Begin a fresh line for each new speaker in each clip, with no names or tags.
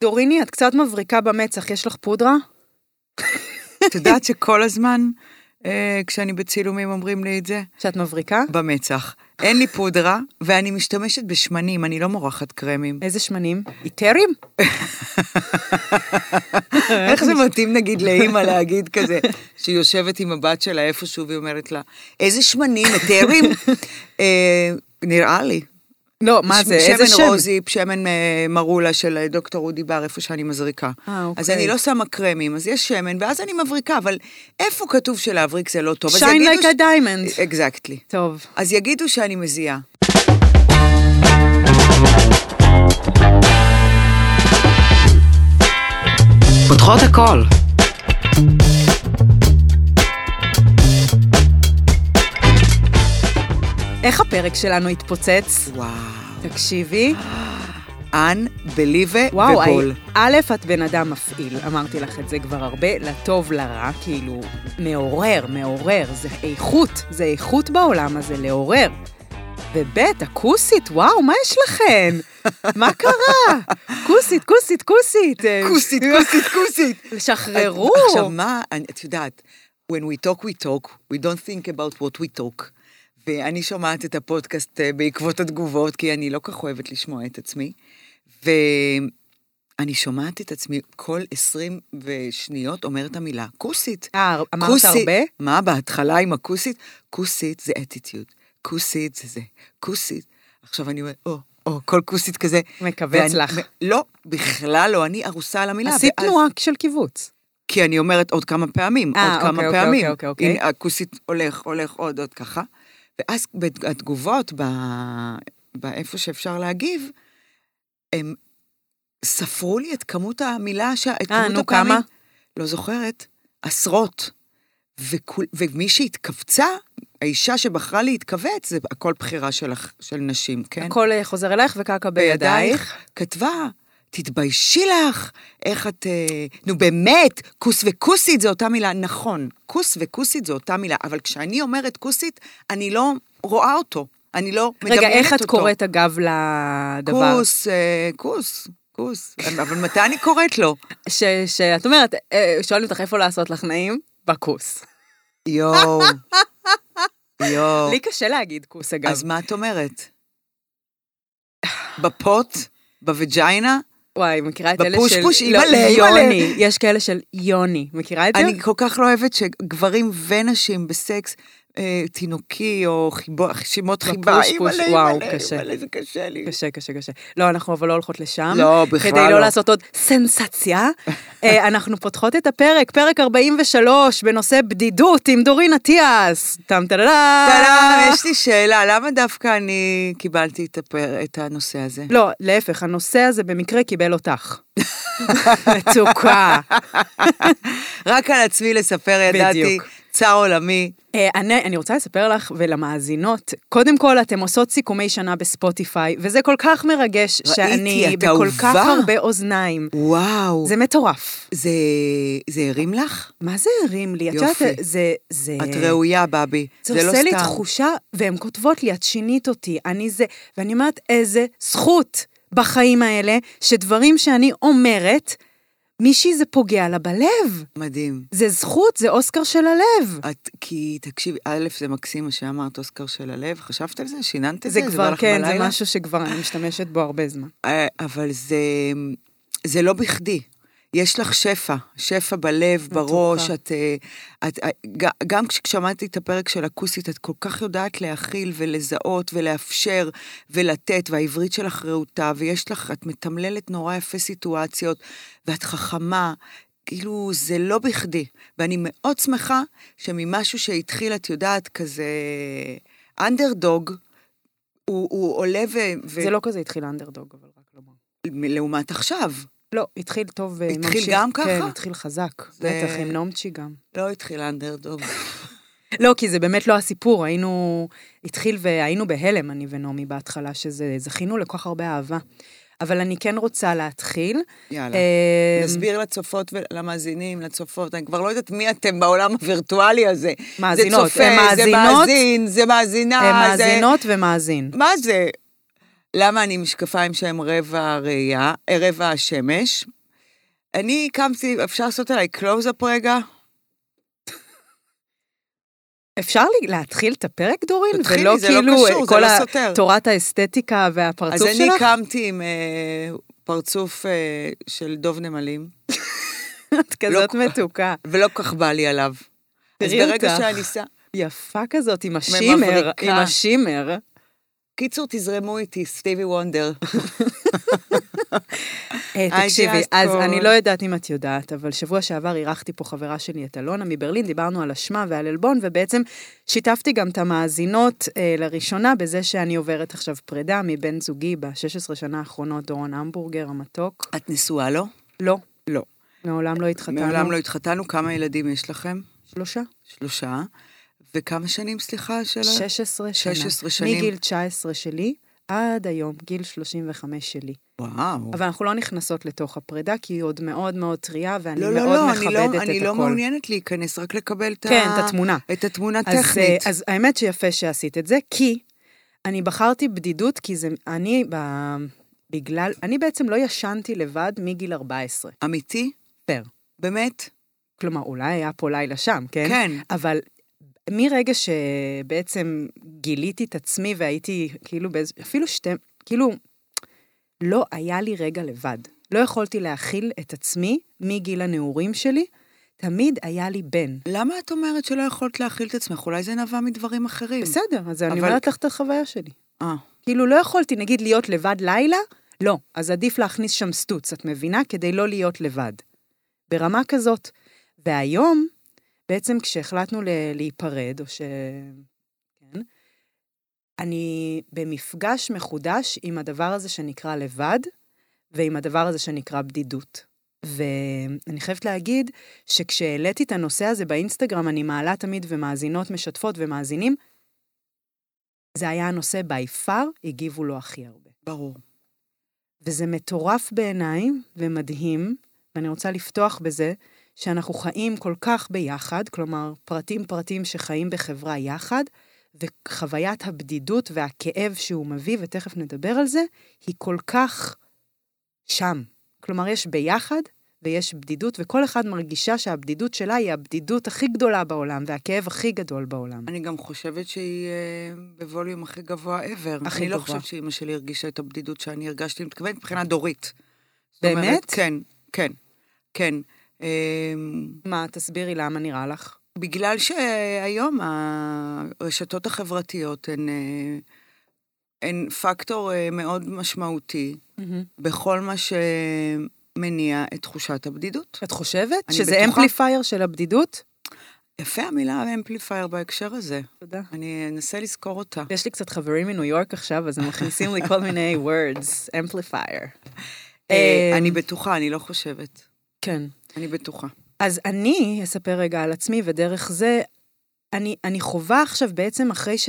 דוריני, את קצת מבריקה במצח, יש לך פודרה?
את יודעת שכל הזמן, אה, כשאני בצילומים אומרים לי את זה?
שאת מבריקה?
במצח. אין לי פודרה, ואני משתמשת בשמנים, אני לא מורחת קרמים.
איזה שמנים? איתרים?
איך זה מתאים נגיד לאימא להגיד כזה, שהיא יושבת עם הבת שלה איפשהו והיא אומרת לה, איזה שמנים, היתרים? אה, נראה לי.
לא, מה זה? איזה שם?
שמן רוזיפ, שמן אה, מרולה של אה, דוקטור אודי בר, איפה שאני מזריקה.
אה, אוקיי.
אז אני לא שמה קרמים, אז יש שמן, ואז אני מבריקה, אבל איפה כתוב שלהבריק זה לא טוב? אז
שיין
יגידו
לייק
ש-
הדיימנד.
אקזקטלי.
טוב.
אז יגידו שאני מזיעה.
פותחות הכל.
איך הפרק שלנו התפוצץ?
וואו.
תקשיבי.
unbelievable.
וואו, א', את בן אדם מפעיל, אמרתי לך את זה כבר הרבה, לטוב, לרע, כאילו, מעורר, מעורר, זה איכות, זה איכות בעולם הזה, לעורר. וב', הכוסית, וואו, מה יש לכן? מה קרה? כוסית, כוסית, כוסית. אה,
כוסית, כוסית, כוסית.
שחררו.
עכשיו, מה, אני- את יודעת, when we talk, we talk, we don't think about what we talk. ואני שומעת את הפודקאסט אה, בעקבות התגובות, כי אני לא כך אוהבת לשמוע את עצמי. ואני שומעת את עצמי כל 20 ושניות אומרת את המילה כוסית.
אה, אמרת
כוסית-
הרבה?
מה, בהתחלה עם הכוסית? כוסית זה אטיטיוד, כוסית זה זה, כוסית. עכשיו אני אומרת, או, או, כל כוסית כזה.
מכווץ
ואני-
לך.
לא, בכלל לא, אני ארוסה על המילה.
עשית
ואז-
תנועה של קיבוץ.
כי אני אומרת עוד כמה פעמים,
אה,
עוד כמה
אוקיי, אוקיי,
פעמים.
אוקיי, אוקיי.
הנה, הכוסית הולך, הולך, עוד, עוד ככה. ואז בת- התגובות, ב... באיפה שאפשר להגיב, הם ספרו לי את כמות המילה, ש... את
אה,
כמות
נו, כמה?
לא זוכרת, עשרות. וכול, ומי שהתכווצה, האישה שבחרה להתכווץ, זה הכל בחירה שלך, של נשים, כן?
הכל אה, חוזר אלייך וקעקע בידייך.
כתבה, תתביישי לך, איך את... אה, נו באמת, כוס וכוסית זה אותה מילה. נכון, כוס וכוסית זו אותה מילה, אבל כשאני אומרת כוסית, אני לא רואה אותו. אני לא מדמיינת
רגע,
אותו.
איך את קוראת אגב לדבר?
כוס, אה, כוס, כוס. אבל מתי אני קוראת לו?
ש- שאת אומרת, אה, שואלים אותך איפה לעשות לך נעים? בכוס.
יואו. יואו.
לי קשה להגיד כוס, אגב.
לא. אז מה את אומרת? בפוט? בווג'יינה?
וואי, מכירה את אלה של...
בפושפוש,
לא,
אימא'לה, אימא'לה.
יוני, יש כאלה של יוני. מכירה את זה?
אני כל כך לא אוהבת שגברים ונשים בסקס, אה, תינוקי או חיבו, שמות חיבה,
בפוש, פוש,
אימא'לה,
וואו,
אימא'לה,
קשה.
אימא'לה, זה קשה לי.
קשה, קשה, קשה. לא, אנחנו אבל לא הולכות לשם.
לא, בכלל
כדי לא
לא.
לעשות עוד סנסציה. אה, אנחנו פותחות את הפרק, פרק 43, בנושא בדידות עם דורין אטיאס. טאם טה
טלם, יש לי שאלה, למה דווקא אני קיבלתי את, הפר, את הנושא הזה?
לא, להפך, הנושא הזה במקרה קיבל אותך. מצוקה.
רק על עצמי לספר ידעתי,
בדיוק.
צר עולמי.
אה, אני, אני רוצה לספר לך ולמאזינות, קודם כל, אתן עושות סיכומי שנה בספוטיפיי, וזה כל כך מרגש
ראיתי,
שאני
את
בכל
אהובה.
כך הרבה אוזניים.
וואו, זה,
זה מטורף.
זה, זה הרים לך?
מה זה הרים לי? את
יופי.
יודעת, זה... זה...
את ראויה, בבי,
אה, זה
זה, לא סתם.
עושה לי תחושה, והן כותבות לי, את שינית אותי, אני זה, ואני אומרת, איזה זכות בחיים האלה, שדברים שאני אומרת, מישהי זה פוגע לה בלב.
מדהים.
זה זכות, זה אוסקר של הלב.
את, כי תקשיבי, א', זה מקסים מה שאמרת, אוסקר של הלב, חשבת על זה? שיננת את
זה
זה? בא
כבר,
לך
כן, זה
בלילה?
משהו שכבר אני משתמשת בו הרבה זמן.
אה, אבל זה, זה לא בכדי. יש לך שפע, שפע בלב, בראש, את, אה, את, אה, ג- גם כש- כששמעתי את הפרק של הכוסית, את כל כך יודעת להכיל ולזהות ולאפשר ולתת, והעברית שלך רהוטה, ויש לך, את מתמללת נורא יפה סיטואציות, ואת חכמה, כאילו, זה לא בכדי. ואני מאוד שמחה שממשהו שהתחיל, את יודעת, כזה אנדרדוג, הוא, הוא עולה ו... ו...
זה לא כזה התחיל אנדרדוג, אבל רק לומר.
לעומת עכשיו.
לא, התחיל טוב
התחיל
וממשיך.
גם
כן,
ככה?
התחיל חזק.
זה-
בטח, עם נומצ'י גם.
לא התחיל אנדרדוג.
לא, כי זה באמת לא הסיפור, היינו... התחיל והיינו בהלם, אני ונעמי בהתחלה, שזה... זכינו לכל כך הרבה אהבה. אבל אני כן רוצה להתחיל.
יאללה.
אה,
נסביר לצופות ולמאזינים, לצופות, אני כבר לא יודעת מי אתם בעולם הווירטואלי הזה.
מאזינות,
זה צופה,
הן
זה
מאזינות? אה,
מאזין, אה, זה מאזינה,
הם
זה...
מאזינות ומאזין.
מה זה? למה אני עם משקפיים שהם רבע ראייה, אה, רבע השמש? אני קמתי, אפשר לעשות עליי קלוז-אפ רגע?
אפשר לי להתחיל את הפרק, דורין?
תתחילי,
ולא
זה לא
כאילו
קשור, זה
כל
לא
ה-
סותר.
תורת האסתטיקה והפרצוף
אז
שלך?
אני קמתי עם אה, פרצוף אה, של דוב נמלים,
את כזאת
לא-
מתוקה.
ולא כל כך בא לי עליו. אז
תראי
ברגע
אותך.
שאני שם...
יפה כזאת, עם השימר,
מבריקה.
עם השימר.
קיצור, תזרמו איתי, סטיבי וונדר.
אה,
I
תקשיבי,
just
אז
called.
אני לא יודעת אם את יודעת, אבל שבוע שעבר אירחתי פה חברה שלי, את אלונה מברלין, דיברנו על אשמה ועל עלבון, ובעצם שיתפתי גם את המאזינות אה, לראשונה בזה שאני עוברת עכשיו פרידה מבן זוגי ב-16 שנה האחרונות, דורון המבורגר המתוק.
את נשואה לו?
לא,
לא.
מעולם לא התחתנו.
מעולם לא התחתנו. כמה ילדים יש לכם?
שלושה?
שלושה. וכמה שנים, סליחה, של... ה-
16 שנה.
16 לא. שנים.
מגיל 19 שלי עד היום, גיל 35 שלי.
וואו.
אבל אנחנו לא נכנסות לתוך הפרידה, כי היא עוד מאוד מאוד טריה, ואני
לא,
מאוד
לא, לא,
מכבדת
אני
את
לא,
הכל.
אני לא מעוניינת להיכנס, רק לקבל את,
כן,
ה...
את התמונה.
את התמונה
אז,
הטכנית.
אה, אז האמת שיפה שעשית את זה, כי אני בחרתי בדידות, כי זה, אני ב... בגלל, אני בעצם לא ישנתי לבד מגיל 14.
אמיתי?
פר.
באמת?
כלומר, אולי היה פה לילה שם, כן?
כן.
אבל מרגע שבעצם גיליתי את עצמי והייתי כאילו באיזה, אפילו שתי, כאילו, לא היה לי רגע לבד. לא יכולתי להכיל את עצמי מגיל הנעורים שלי. תמיד היה לי בן.
למה את אומרת שלא יכולת להכיל את עצמך? אולי זה נבע מדברים אחרים.
בסדר, אז אני
אבל-
אומרת לך את החוויה שלי.
אה,
כאילו, לא יכולתי, נגיד, להיות לבד לילה? לא. אז עדיף להכניס שם סטוץ, את מבינה? כדי לא להיות לבד. ברמה כזאת. והיום, בעצם כשהחלטנו ל- להיפרד, או ש... כן, אני במפגש מחודש עם הדבר הזה שנקרא לבד, ועם הדבר הזה שנקרא בדידות. ואני חייבת להגיד שכשהעליתי את הנושא הזה באינסטגרם, אני מעלה תמיד ומאזינות משתפות ומאזינים, זה היה הנושא by far, הגיבו לו הכי הרבה.
ברור.
וזה מטורף בעיניי ומדהים, ואני רוצה לפתוח בזה שאנחנו חיים כל כך ביחד, כלומר, פרטים-פרטים שחיים בחברה יחד, וחוויית הבדידות והכאב שהוא מביא, ותכף נדבר על זה, היא כל כך שם. כלומר, יש ביחד ויש בדידות, וכל אחד מרגישה שהבדידות שלה היא הבדידות הכי גדולה בעולם, והכאב הכי גדול בעולם.
אני גם חושבת שהיא אה, בווליום הכי גבוה ever.
הכי
אני לא
גבוה.
חושבת שאימא שלי הרגישה את הבדידות שאני הרגשתי, אני מתכוונת מבחינה דורית. זאת
באמת?
אומרת, כן, כן, כן. אה,
מה, תסבירי למה נראה לך.
בגלל שהיום הרשתות החברתיות הן, אה, הן פקטור אה, מאוד משמעותי בכל מה שמניע את תחושת הבדידות.
את חושבת
אני
שזה
בטוחה.
אמפליפייר של הבדידות?
יפה המילה אמפליפייר בהקשר הזה.
תודה.
אני אנסה לזכור אותה.
יש לי קצת חברים מניו יורק עכשיו, אז הם מכניסים לי כל מיני words, אמ, אמפליפייר.
אה, אני בטוחה, אני לא חושבת.
כן.
אני בטוחה.
אז אני אספר רגע על עצמי, ודרך זה, אני, אני חווה עכשיו בעצם אחרי ש...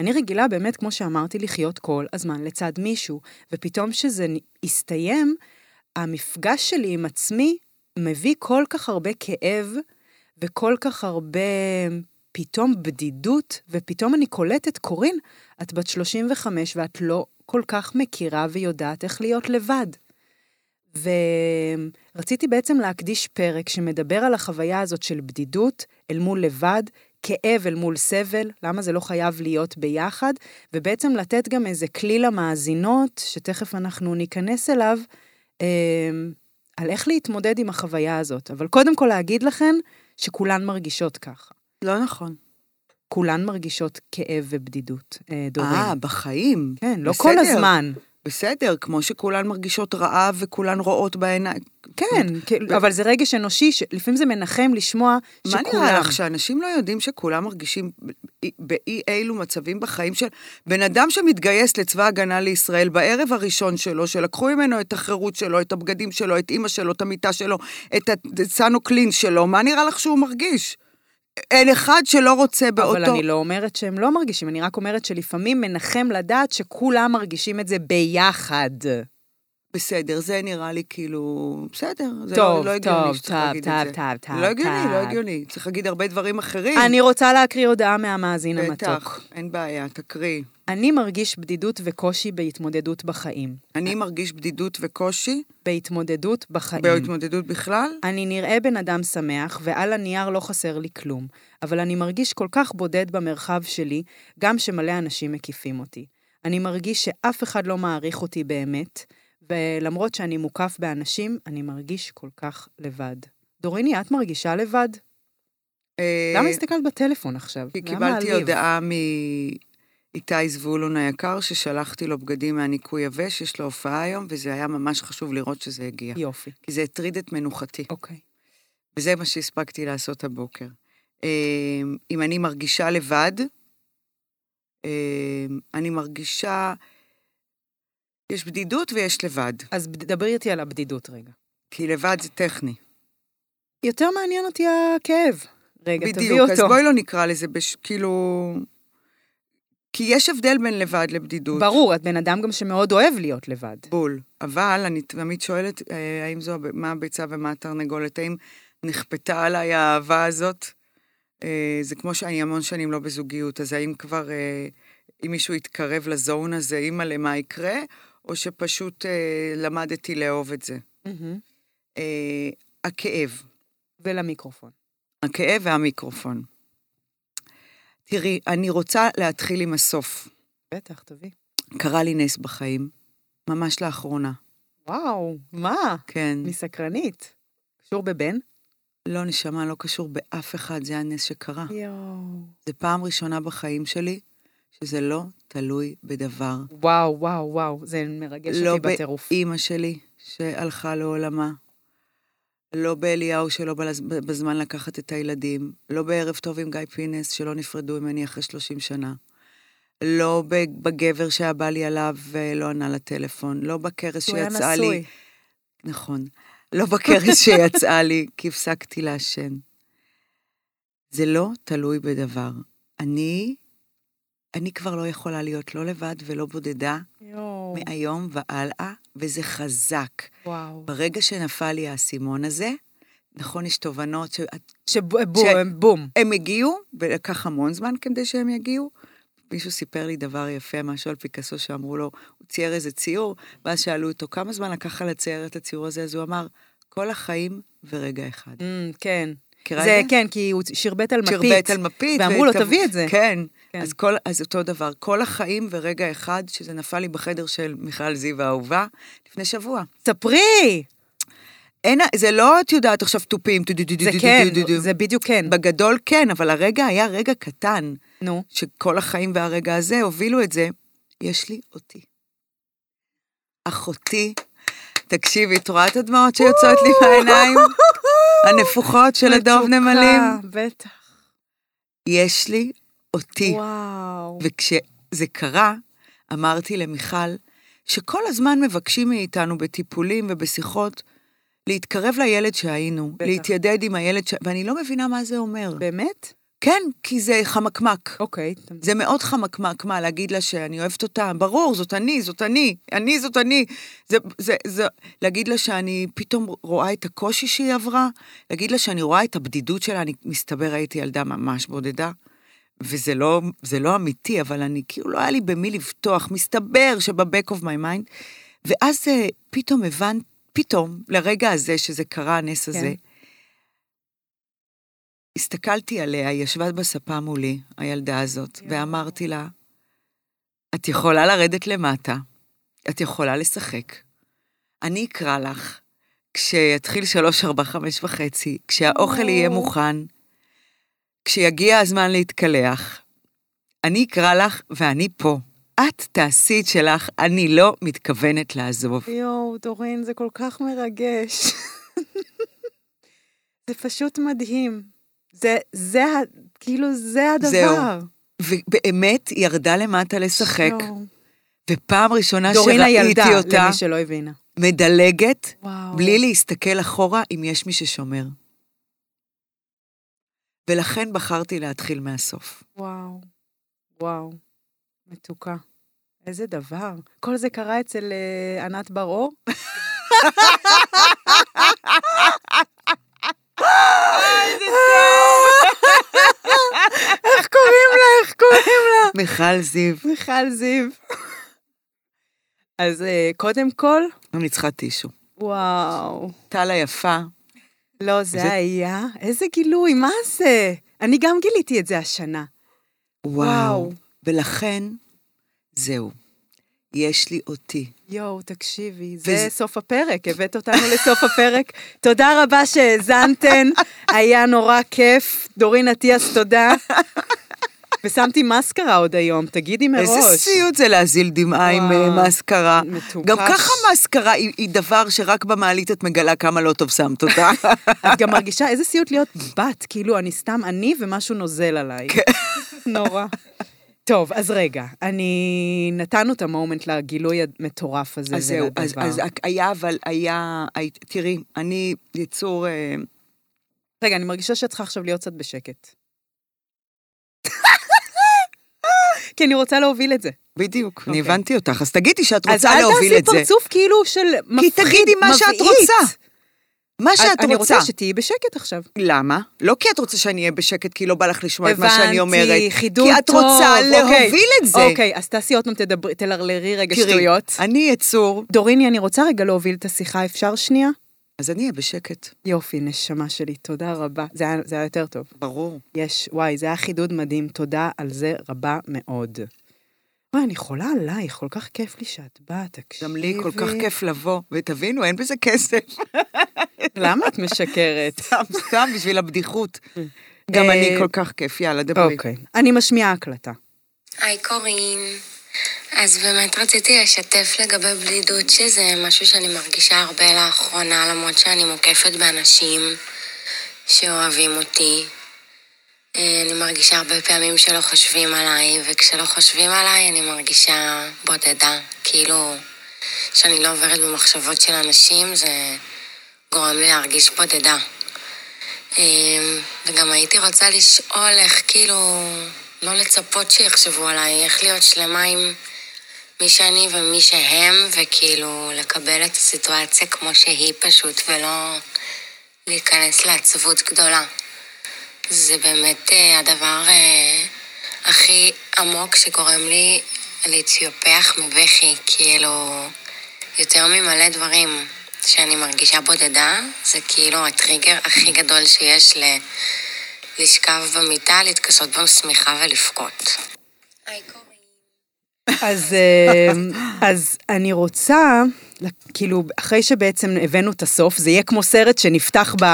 אני רגילה באמת, כמו שאמרתי, לחיות כל הזמן לצד מישהו, ופתאום שזה נ- הסתיים, המפגש שלי עם עצמי מביא כל כך הרבה כאב, וכל כך הרבה פתאום בדידות, ופתאום אני קולטת, קורין, את בת 35 ואת לא כל כך מכירה ויודעת איך להיות לבד. ורציתי בעצם להקדיש פרק שמדבר על החוויה הזאת של בדידות אל מול לבד, כאב אל מול סבל, למה זה לא חייב להיות ביחד, ובעצם לתת גם איזה כלי למאזינות, שתכף אנחנו ניכנס אליו, אה, על איך להתמודד עם החוויה הזאת. אבל קודם כל להגיד לכן שכולן מרגישות ככה.
לא נכון.
כולן מרגישות כאב ובדידות, אה, דורין.
אה, בחיים.
כן, לא
בסדר.
כל הזמן.
בסדר, כמו שכולן מרגישות רעב וכולן רואות בעיניים.
כן, כאילו, אבל זה רגש אנושי, שלפעמים זה מנחם לשמוע
מה
שכולם...
נראה לך, שאנשים לא יודעים שכולם מרגישים באי- באי אילו מצבים בחיים של... בן אדם שמתגייס לצבא הגנה לישראל בערב הראשון שלו, שלקחו ממנו את החירות שלו, את הבגדים שלו, את אימא שלו, את המיטה שלו, את הסנוקלין שלו, מה נראה לך שהוא מרגיש? אין אחד שלא רוצה באותו...
אבל אני לא אומרת שהם לא מרגישים, אני רק אומרת שלפעמים מנחם לדעת שכולם מרגישים את זה ביחד.
בסדר, זה נראה לי כאילו, בסדר, זה
טוב,
לא, לא הגיוני
טוב,
שצריך
טוב,
להגיד
טוב,
את זה.
טוב, טוב,
לא הגיוני, לא
טוב.
הגיוני. צריך להגיד הרבה דברים אחרים.
אני רוצה להקריא הודעה מהמאזין המתוק.
בטח, אין בעיה, תקריא.
אני מרגיש בדידות וקושי בהתמודדות בחיים.
אני מרגיש בדידות וקושי
בהתמודדות בחיים.
בהתמודדות בכלל.
אני נראה בן אדם שמח, ועל הנייר לא חסר לי כלום, אבל אני מרגיש כל כך בודד במרחב שלי, גם שמלא אנשים מקיפים אותי. אני מרגיש שאף אחד לא מעריך אותי באמת, ולמרות שאני מוקף באנשים, אני מרגיש כל כך לבד. דוריני, את מרגישה לבד?
אה,
למה הסתכלת בטלפון עכשיו?
כי
למה
קיבלתי
להעליב?
הודעה מאיתי זבולון היקר, ששלחתי לו בגדים מהניקוי יבש, יש לו הופעה היום, וזה היה ממש חשוב לראות שזה הגיע.
יופי.
כי זה הטריד את מנוחתי.
אוקיי.
וזה מה שהספקתי לעשות הבוקר. אמ, אם אני מרגישה לבד, אמ, אני מרגישה... יש בדידות ויש לבד,
אז בד- דברי איתי על הבדידות רגע.
כי לבד זה טכני.
יותר מעניין אותי הכאב. רגע, תביא
בדיוק,
אותו.
אז בואי לא נקרא לזה בש... כאילו... כי יש הבדל בין לבד לבדידות.
ברור, את בן אדם גם שמאוד אוהב להיות לבד.
בול. אבל אני תמיד שואלת, אה, האם זו, הב- מה הביצה ומה התרנגולת? האם נכפתה עליי האהבה הזאת? אה, זה כמו שאני המון שנים לא בזוגיות, אז האם כבר, אה, אם מישהו יתקרב לזון הזה, אימא למה יקרה, או שפשוט אה, למדתי לאהוב את זה?
מהמם.
אה, הכאב,
ולמיקרופון.
הכאב והמיקרופון. תראי, אני רוצה להתחיל עם הסוף.
בטח, תביא.
קרה לי נס בחיים, ממש לאחרונה,
וואו, מה?
כן.
אני סקרנית. קשור בבן?
לא, נשמה, לא קשור באף אחד, זה הנס שקרה.
יואו.
זו פעם ראשונה בחיים שלי שזה לא תלוי בדבר.
וואו, וואו, וואו, זה מרגש
לא
אותי בטירוף.
באימא שלי שהלכה לעולמה, לא באליהו שלא בא לז- בזמן לקחת את הילדים, לא בערב טוב עם גיא פינס שלא נפרדו ממני אחרי 30 שנה, לא ב- בגבר שהיה בא לי עליו ולא ענה לטלפון, לא בכרס
הוא היה
שיצאה לי...
נשוי.
נכון. לא בכרס שיצאה לי, כי הפסקתי לעשן. זה לא תלוי בדבר. אני, אני כבר לא יכולה להיות לא לבד ולא בודדה
יואו,
מהיום והלאה, וזה חזק.
וואו.
ברגע שנפל לי האסימון הזה, נכון, יש תובנות שאת-
שבום, בום.
הם הגיעו, ולקח המון זמן כדי שהם יגיעו. מישהו סיפר לי דבר יפה, משהו על פיקאסו שאמרו לו, הוא צייר איזה ציור, ואז שאלו אותו, כמה זמן לקח לך לצייר את הציור הזה? אז הוא אמר, כל החיים ורגע אחד.
אמ, כן.
מכירה
זה
את זה?
כן, כי הוא שרבט על מפית.
שרבט על מפית.
ואמרו לו,
והת-
תביא את זה.
כן.
כן.
אז, כל, אז אותו דבר, כל החיים ורגע אחד, שזה נפל לי בחדר של מיכל זיו האהובה, לפני שבוע.
ספרי!
אין, ה- זה לא, את יודעת, עכשיו תופים, דו- דו- דו-
זה
דו- דו-
כן,
דו- דו- דו.
זה בדיוק כן.
בגדול כן, אבל הרגע היה רגע קטן.
נו.
שכל החיים והרגע הזה הובילו את זה, יש לי אותי. אחותי, תקשיבי, את רואה את הדמעות שיוצאות לי מהעיניים? הנפוחות של הדוב
מתוקה,
נמלים?
בטח.
יש לי אותי.
וואו.
וכשזה קרה, אמרתי למיכל, שכל הזמן מבקשים מאיתנו בטיפולים ובשיחות להתקרב לילד שהיינו,
בטח.
להתיידד עם הילד, ש... ואני לא מבינה מה זה אומר.
באמת?
כן, כי זה חמקמק.
אוקיי. אתה-
זה מאוד חמקמק, מה, להגיד לה שאני אוהבת אותה? ברור, זאת אני, זאת אני, אני זאת אני. זה, זה, זה, להגיד לה שאני פתאום רואה את הקושי שהיא עברה? להגיד לה שאני רואה את הבדידות שלה? אני מסתבר, הייתי ילדה ממש בודדה. וזה לא, זה לא אמיתי, אבל אני, כאילו, לא היה לי במי לבטוח. מסתבר שבבק אוף מיי מיינד. ואז אה, פתאום הבנת, פתאום, לרגע הזה שזה קרה, הנס
כן.
הזה, הסתכלתי עליה, היא ישבה בספה מולי, הילדה הזאת,
יואו.
ואמרתי לה, את יכולה לרדת למטה, את יכולה לשחק. אני אקרא לך כשיתחיל שלוש, ארבע, חמש וחצי, כשהאוכל יהיה
יואו.
מוכן, כשיגיע הזמן להתקלח. אני אקרא לך ואני פה. את תעשי את שלך, אני לא מתכוונת לעזוב.
יואו, דורין, זה כל כך מרגש. זה פשוט מדהים. זה, זה, ה- כאילו, זה הדבר.
זהו, ובאמת, היא ירדה למטה לשחק,
יואו.
ופעם ראשונה
דורין הילדה,
שראיתי אותה
למי שלא הבינה.
מדלגת,
וואו.
בלי להסתכל אחורה אם יש מי ששומר. ולכן בחרתי להתחיל מהסוף.
וואו. וואו. מתוקה. איזה דבר. כל זה קרה אצל אה, ענת בר-אור? איך קוראים לה? איך קוראים לה?
מיכל זיו,
מיכל זיו. אז אה, קודם כל,
גם ניצחה טישו.
וואו.
טל היפה,
לא, זה,
זה-
היה? איזה גילוי, מה זה? אני גם גיליתי את זה השנה. וואו.
וואו. ולכן, זהו. יש לי אותי.
יואו, תקשיבי, זה
וזה-
סוף הפרק, הבאת אותנו לסוף הפרק. תודה רבה שהאזנתן, היה נורא כיף. דורין אטיאס, תודה. ושמתי מסקרה עוד היום, תגידי מראש.
איזה סיוט זה להזיל דמעה עם
וואו.
אה, מאסקרה.
מטופש.
גם ככה מאסקרה היא היא דבר שרק במעלית את מגלה כמה לא טוב שמת אותה.
את גם מרגישה איזה סיוט להיות בת, כאילו אני סתם אני ומשהו נוזל עליי.
כן.
נורא. טוב, אז רגע, אני... נתנו את המומנט לגילוי המטורף הזה.
אז זהו, אז-
ולדבר.
אז היה, אבל היה, הי- תראי, אני יצור, אה,
רגע, אני מרגישה שאת צריכה עכשיו להיות קצת בשקט. כי אני רוצה להוביל את זה.
בדיוק, אני
אוקיי.
הבנתי אותך, אז תגידי שאת
אז
רוצה
אל
להוביל
תעשי
את זה.
פרצוף כאילו של מפחיד, מבעית.
תגידי מה שאת רוצה, מה
אני-
שאת
אני
רוצה.
רוצה שתהיי בשקט עכשיו.
למה? לא כי את רוצה שאני אהיה בשקט, כי לא בא לך לשמוע את מה שאני
הבנתי,
אומרת.
חידוד
כי את
טוב,
רוצה
אוקיי.
להוביל את זה.
אוקיי, אז תעשי עוד פעם, תדברי- תלרלרי רגע
תראי,
שטויות.
אני יצור,
דוריני, אני רוצה רגע להוביל את השיחה, אפשר שנייה?
אז אני אהיה בשקט,
יופי, נשמה שלי, תודה רבה. זה היה, זה היה יותר טוב.
ברור.
יש, וואי, זה היה חידוד מדהים, תודה על זה רבה מאוד. וואי, אני חולה עלייך, כל כך כיף לי שאת באה, תקשיבי.
גם לי כל כך
אוקיי.
כיף לבוא, ותבינו, אין בזה כסף.
למה את משקרת?
סתם, סתם, בשביל הבדיחות. גם
אה,
אני כל כך כיף, יאללה, דברי.
אוקיי. אני משמיעה הקלטה.
היי קורין, אז באמת רציתי לשתף לגבי בדידות, שזה משהו שאני מרגישה הרבה לאחרונה, למרות שאני מוקפת באנשים שאוהבים אותי. אה, אני מרגישה הרבה פעמים שלא חושבים עליי, וכשלא חושבים עליי אני מרגישה בודדה. כאילו, כשאני לא עוברת במחשבות של אנשים, זה גורם לי להרגיש בודדה. אמ, וגם הייתי רוצה לשאול איך כאילו לא לצפות שיחשבו עליי, איך להיות שלמה עם מי שאני ומי שהם, וכאילו לקבל את הסיטואציה כמו שהיא פשוט, ולא להיכנס לעצבות גדולה. זה באמת אה, הדבר אה, הכי עמוק שגורם לי להתיופח מבכי, כאילו, יותר ממלא דברים שאני מרגישה בודדה, זה כאילו הטריגר הכי גדול שיש ל... לשכב במיטה, להתכסות בשמיכה ולבכות. היי קורי.
אז, אמ, אז אני רוצה, כאילו, אחרי שבעצם הבאנו את הסוף, זה יהיה כמו סרט שנפתח ב...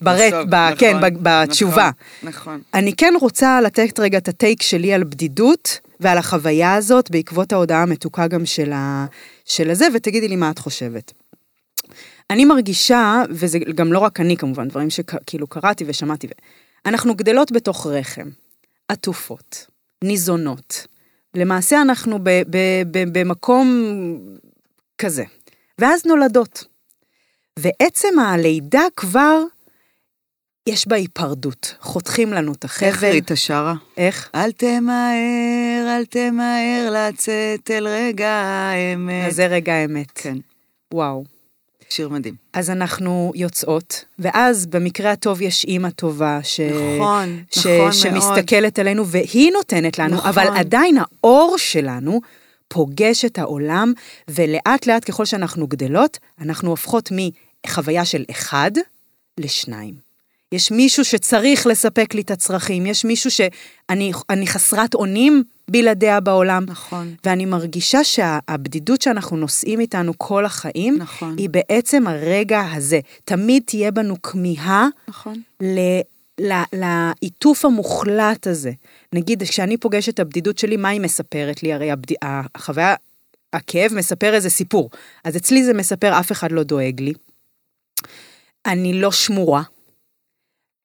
ברט,
בסוף,
ב...
נכון,
כן, ב- בתשובה.
נכון, נכון.
אני כן רוצה לתת רגע את הטייק שלי על בדידות ועל החוויה הזאת, בעקבות ההודעה המתוקה גם של, ה... של הזה, ותגידי לי מה את חושבת. אני מרגישה, וזה גם לא רק אני כמובן, דברים שכאילו קראתי ושמעתי, ו... אנחנו גדלות בתוך רחם, עטופות, ניזונות. למעשה אנחנו ב- ב- ב- במקום כזה. ואז נולדות. ועצם הלידה כבר, יש בה היפרדות. חותכים לנו את החבל.
איך ריטה שרה?
איך?
אל תמהר, אל תמהר לצאת אל רגע האמת.
אז זה רגע האמת.
אה, כן,
וואו.
שיר מדהים.
אז אנחנו יוצאות, ואז במקרה הטוב יש אימא טובה ש...
נכון,
ש...
נכון
שמסתכלת עלינו והיא נותנת לנו,
נכון.
אבל עדיין האור שלנו פוגש את העולם, ולאט לאט ככל שאנחנו גדלות, אנחנו הופכות מחוויה של אחד לשניים. יש מישהו שצריך לספק לי את הצרכים, יש מישהו שאני אני חסרת אונים בלעדיה בעולם.
נכון.
ואני מרגישה שהבדידות שאנחנו נושאים איתנו כל החיים,
נכון.
היא בעצם הרגע הזה. תמיד תהיה בנו כמיהה
נכון.
ל- ל- לעיטוף המוחלט הזה. נגיד, כשאני פוגשת את הבדידות שלי, מה היא מספרת לי? הרי הבד... החוויה, הכאב מספר איזה סיפור. אז אצלי זה מספר, אף אחד לא דואג לי. אני לא שמורה.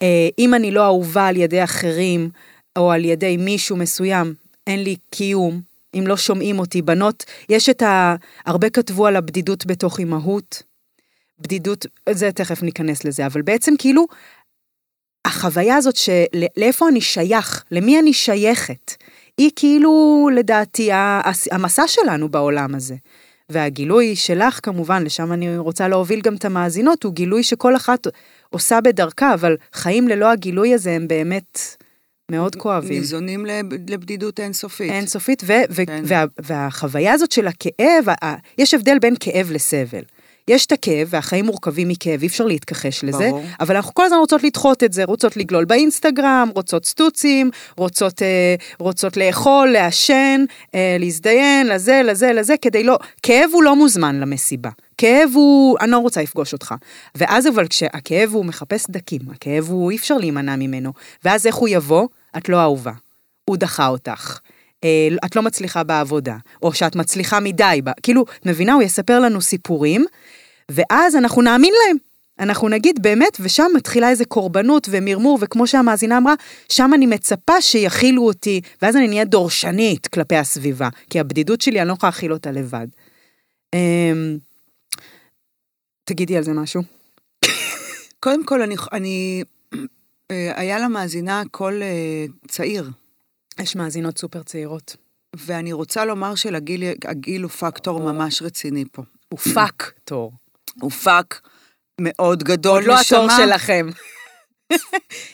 אה, אם אני לא אהובה על ידי אחרים, או על ידי מישהו מסוים, אין לי קיום. אם לא שומעים אותי, בנות, יש את ה... הרבה כתבו על הבדידות בתוך אימהות. בדידות, זה תכף ניכנס לזה, אבל בעצם כאילו, החוויה הזאת של לאיפה אני שייך, למי אני שייכת, היא כאילו, לדעתי, ה- הס- המסע שלנו בעולם הזה. והגילוי שלך, כמובן, לשם אני רוצה להוביל גם את המאזינות, הוא גילוי שכל אחת עושה בדרכה, אבל חיים ללא הגילוי הזה הם באמת מאוד כואבים.
ניזונים לב- לבדידות אינסופית.
אינסופית, ו- ו-
כן.
וה- והחוויה הזאת של הכאב, ה- ה- יש הבדל בין כאב לסבל. יש את הכאב, והחיים מורכבים מכאב, אי אפשר להתכחש לזה,
ברור.
אבל אנחנו כל הזמן רוצות לדחות את זה, רוצות לגלול באינסטגרם, רוצות סטוצים, רוצות, אה, רוצות לאכול, לעשן, אה, להזדיין, לזה, לזה, לזה, כדי לא... כאב הוא לא מוזמן למסיבה. כאב הוא, אני לא רוצה לפגוש אותך. ואז אבל כשהכאב הוא מחפש דקים, הכאב הוא, אי אפשר להימנע ממנו. ואז איך הוא יבוא? את לא אהובה. הוא דחה אותך. אה, את לא מצליחה בעבודה, או שאת מצליחה מדי, ב- כאילו, את מבינה, הוא יספר לנו סיפורים, ואז אנחנו נאמין להם. אנחנו נגיד באמת, ושם מתחילה איזה קורבנות ומרמור, וכמו שהמאזינה אמרה, שם אני מצפה שיכילו אותי, ואז אני נהיה דורשנית כלפי הסביבה, כי הבדידות שלי, אני לא יכולה להכיל אותה לבד. אמ, תגידי על זה משהו.
קודם כל, אני, אני, אה, היה לה מאזינה קול אה, צעיר,
יש מאזינות סופר צעירות.
ואני רוצה לומר שלגיל הגיל הוא פקטור ממש רציני פה.
הוא פאק תור.
הוא פאק מאוד גדול,
עוד לא התור
נשמה.
שלכם.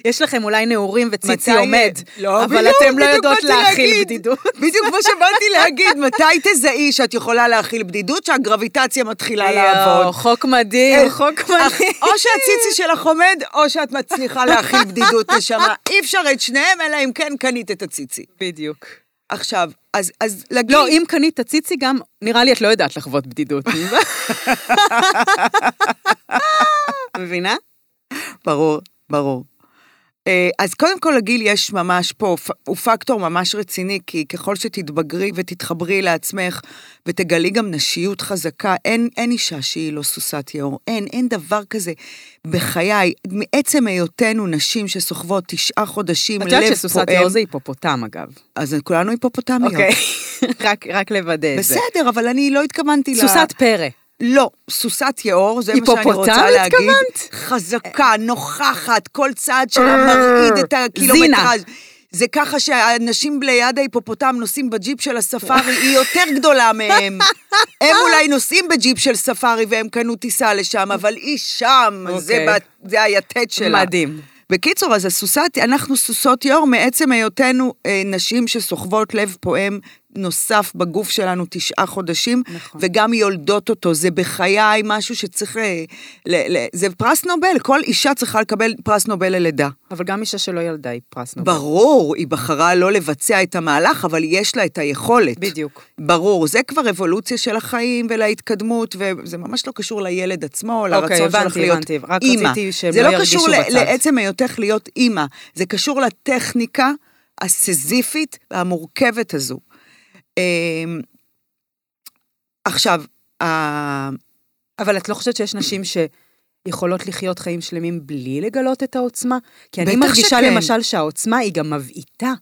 יש לכם אולי נעורים וציצי
מתי-
עומד,
לא,
אבל
בדיוק,
אתם לא
בדיוק
יודעות
באתי
להכיל
להגיד.
בדידות.
בדיוק כמו שבאתי להגיד, מתי תזהי שאת יכולה להכיל בדידות? שהגרביטציה מתחילה
יואו,
לא לעבוד.
חוק מדהים,
אה,
חוק מדהים.
או שהציצי שלך עומד, או שאת מצליחה להכיל בדידות, נשמה. אי אפשר את שניהם, אלא אם כן קנית את הציצי.
בדיוק.
עכשיו, אז, אז לגיל...
לא, אם קנית ציצי גם, נראה לי את לא יודעת לחוות בדידות. מבינה?
ברור, ברור. אה, אז קודם כל לגיל יש ממש פה, פ- הוא פקטור ממש רציני, כי ככל שתתבגרי ותתחברי לעצמך ותגלי גם נשיות חזקה, אין, אין אישה שהיא לא סוסת יאור, אין, אין דבר כזה בחיי. מעצם היותנו נשים שסוחבות תשעה חודשים
את
לב
יודעת
פועם,
שסוסת יאור זה היפופוטם אגב.
אז כולנו היפופוטמיות.
אוקיי. רק- רק לוודא את זה.
בסדר, אבל אני לא התכוונתי ל...
סוסת פרא.
לא, סוסת יאור, זה מה שאני
היפופוטם
רוצה להגיד.
התכוונת? אה.
חזקה, נוכחת, כל צעד שלה מרעיד את הקילומטראז'. זה ככה שהאנשים ליד ההיפופוטם נוסעים בג'יפ של הספארי, היא יותר גדולה מהם. הם אולי נוסעים בג'יפ של ספארי והם קנו טיסה לשם, אבל היא שם, זה,
אוקיי.
ב- זה היתד שלה.
מדהים.
בקיצור, אז הסוסת, אנחנו סוסות יאור מעצם היותנו אה, נשים שסוחבות לב פועם נוסף בגוף שלנו תשעה חודשים,
נכון.
וגם יולדות אותו. זה בחיי משהו שצריך... אה, ל, ל, זה פרס נובל, כל אישה צריכה לקבל פרס נובל ללידה.
אבל גם אישה שלא ילדה היא פרס נובל.
ברור, היא בחרה לא לבצע את המהלך, אבל יש לה את היכולת.
בדיוק.
ברור, זה כבר אבולוציה של החיים ולהתקדמות, וזה ממש לא קשור לילד עצמו, לרצון
אוקיי,
שלך
הבנתי,
להיות
הבנתי. רק
אימא.
רציתי שהם
זה
לא
לא קשור
ירגישו בצד.
לעצם היותך להיות אימא, זה קשור לטכניקה הסיזיפית המורכבת הזו. אמ, עכשיו, ה-
אבל את לא חושבת שיש נשים שיכולות לחיות חיים שלמים בלי לגלות את העוצמה? כי אני
בטח
מרגישה
שכן.
למשל שהעוצמה היא גם מבעיטה.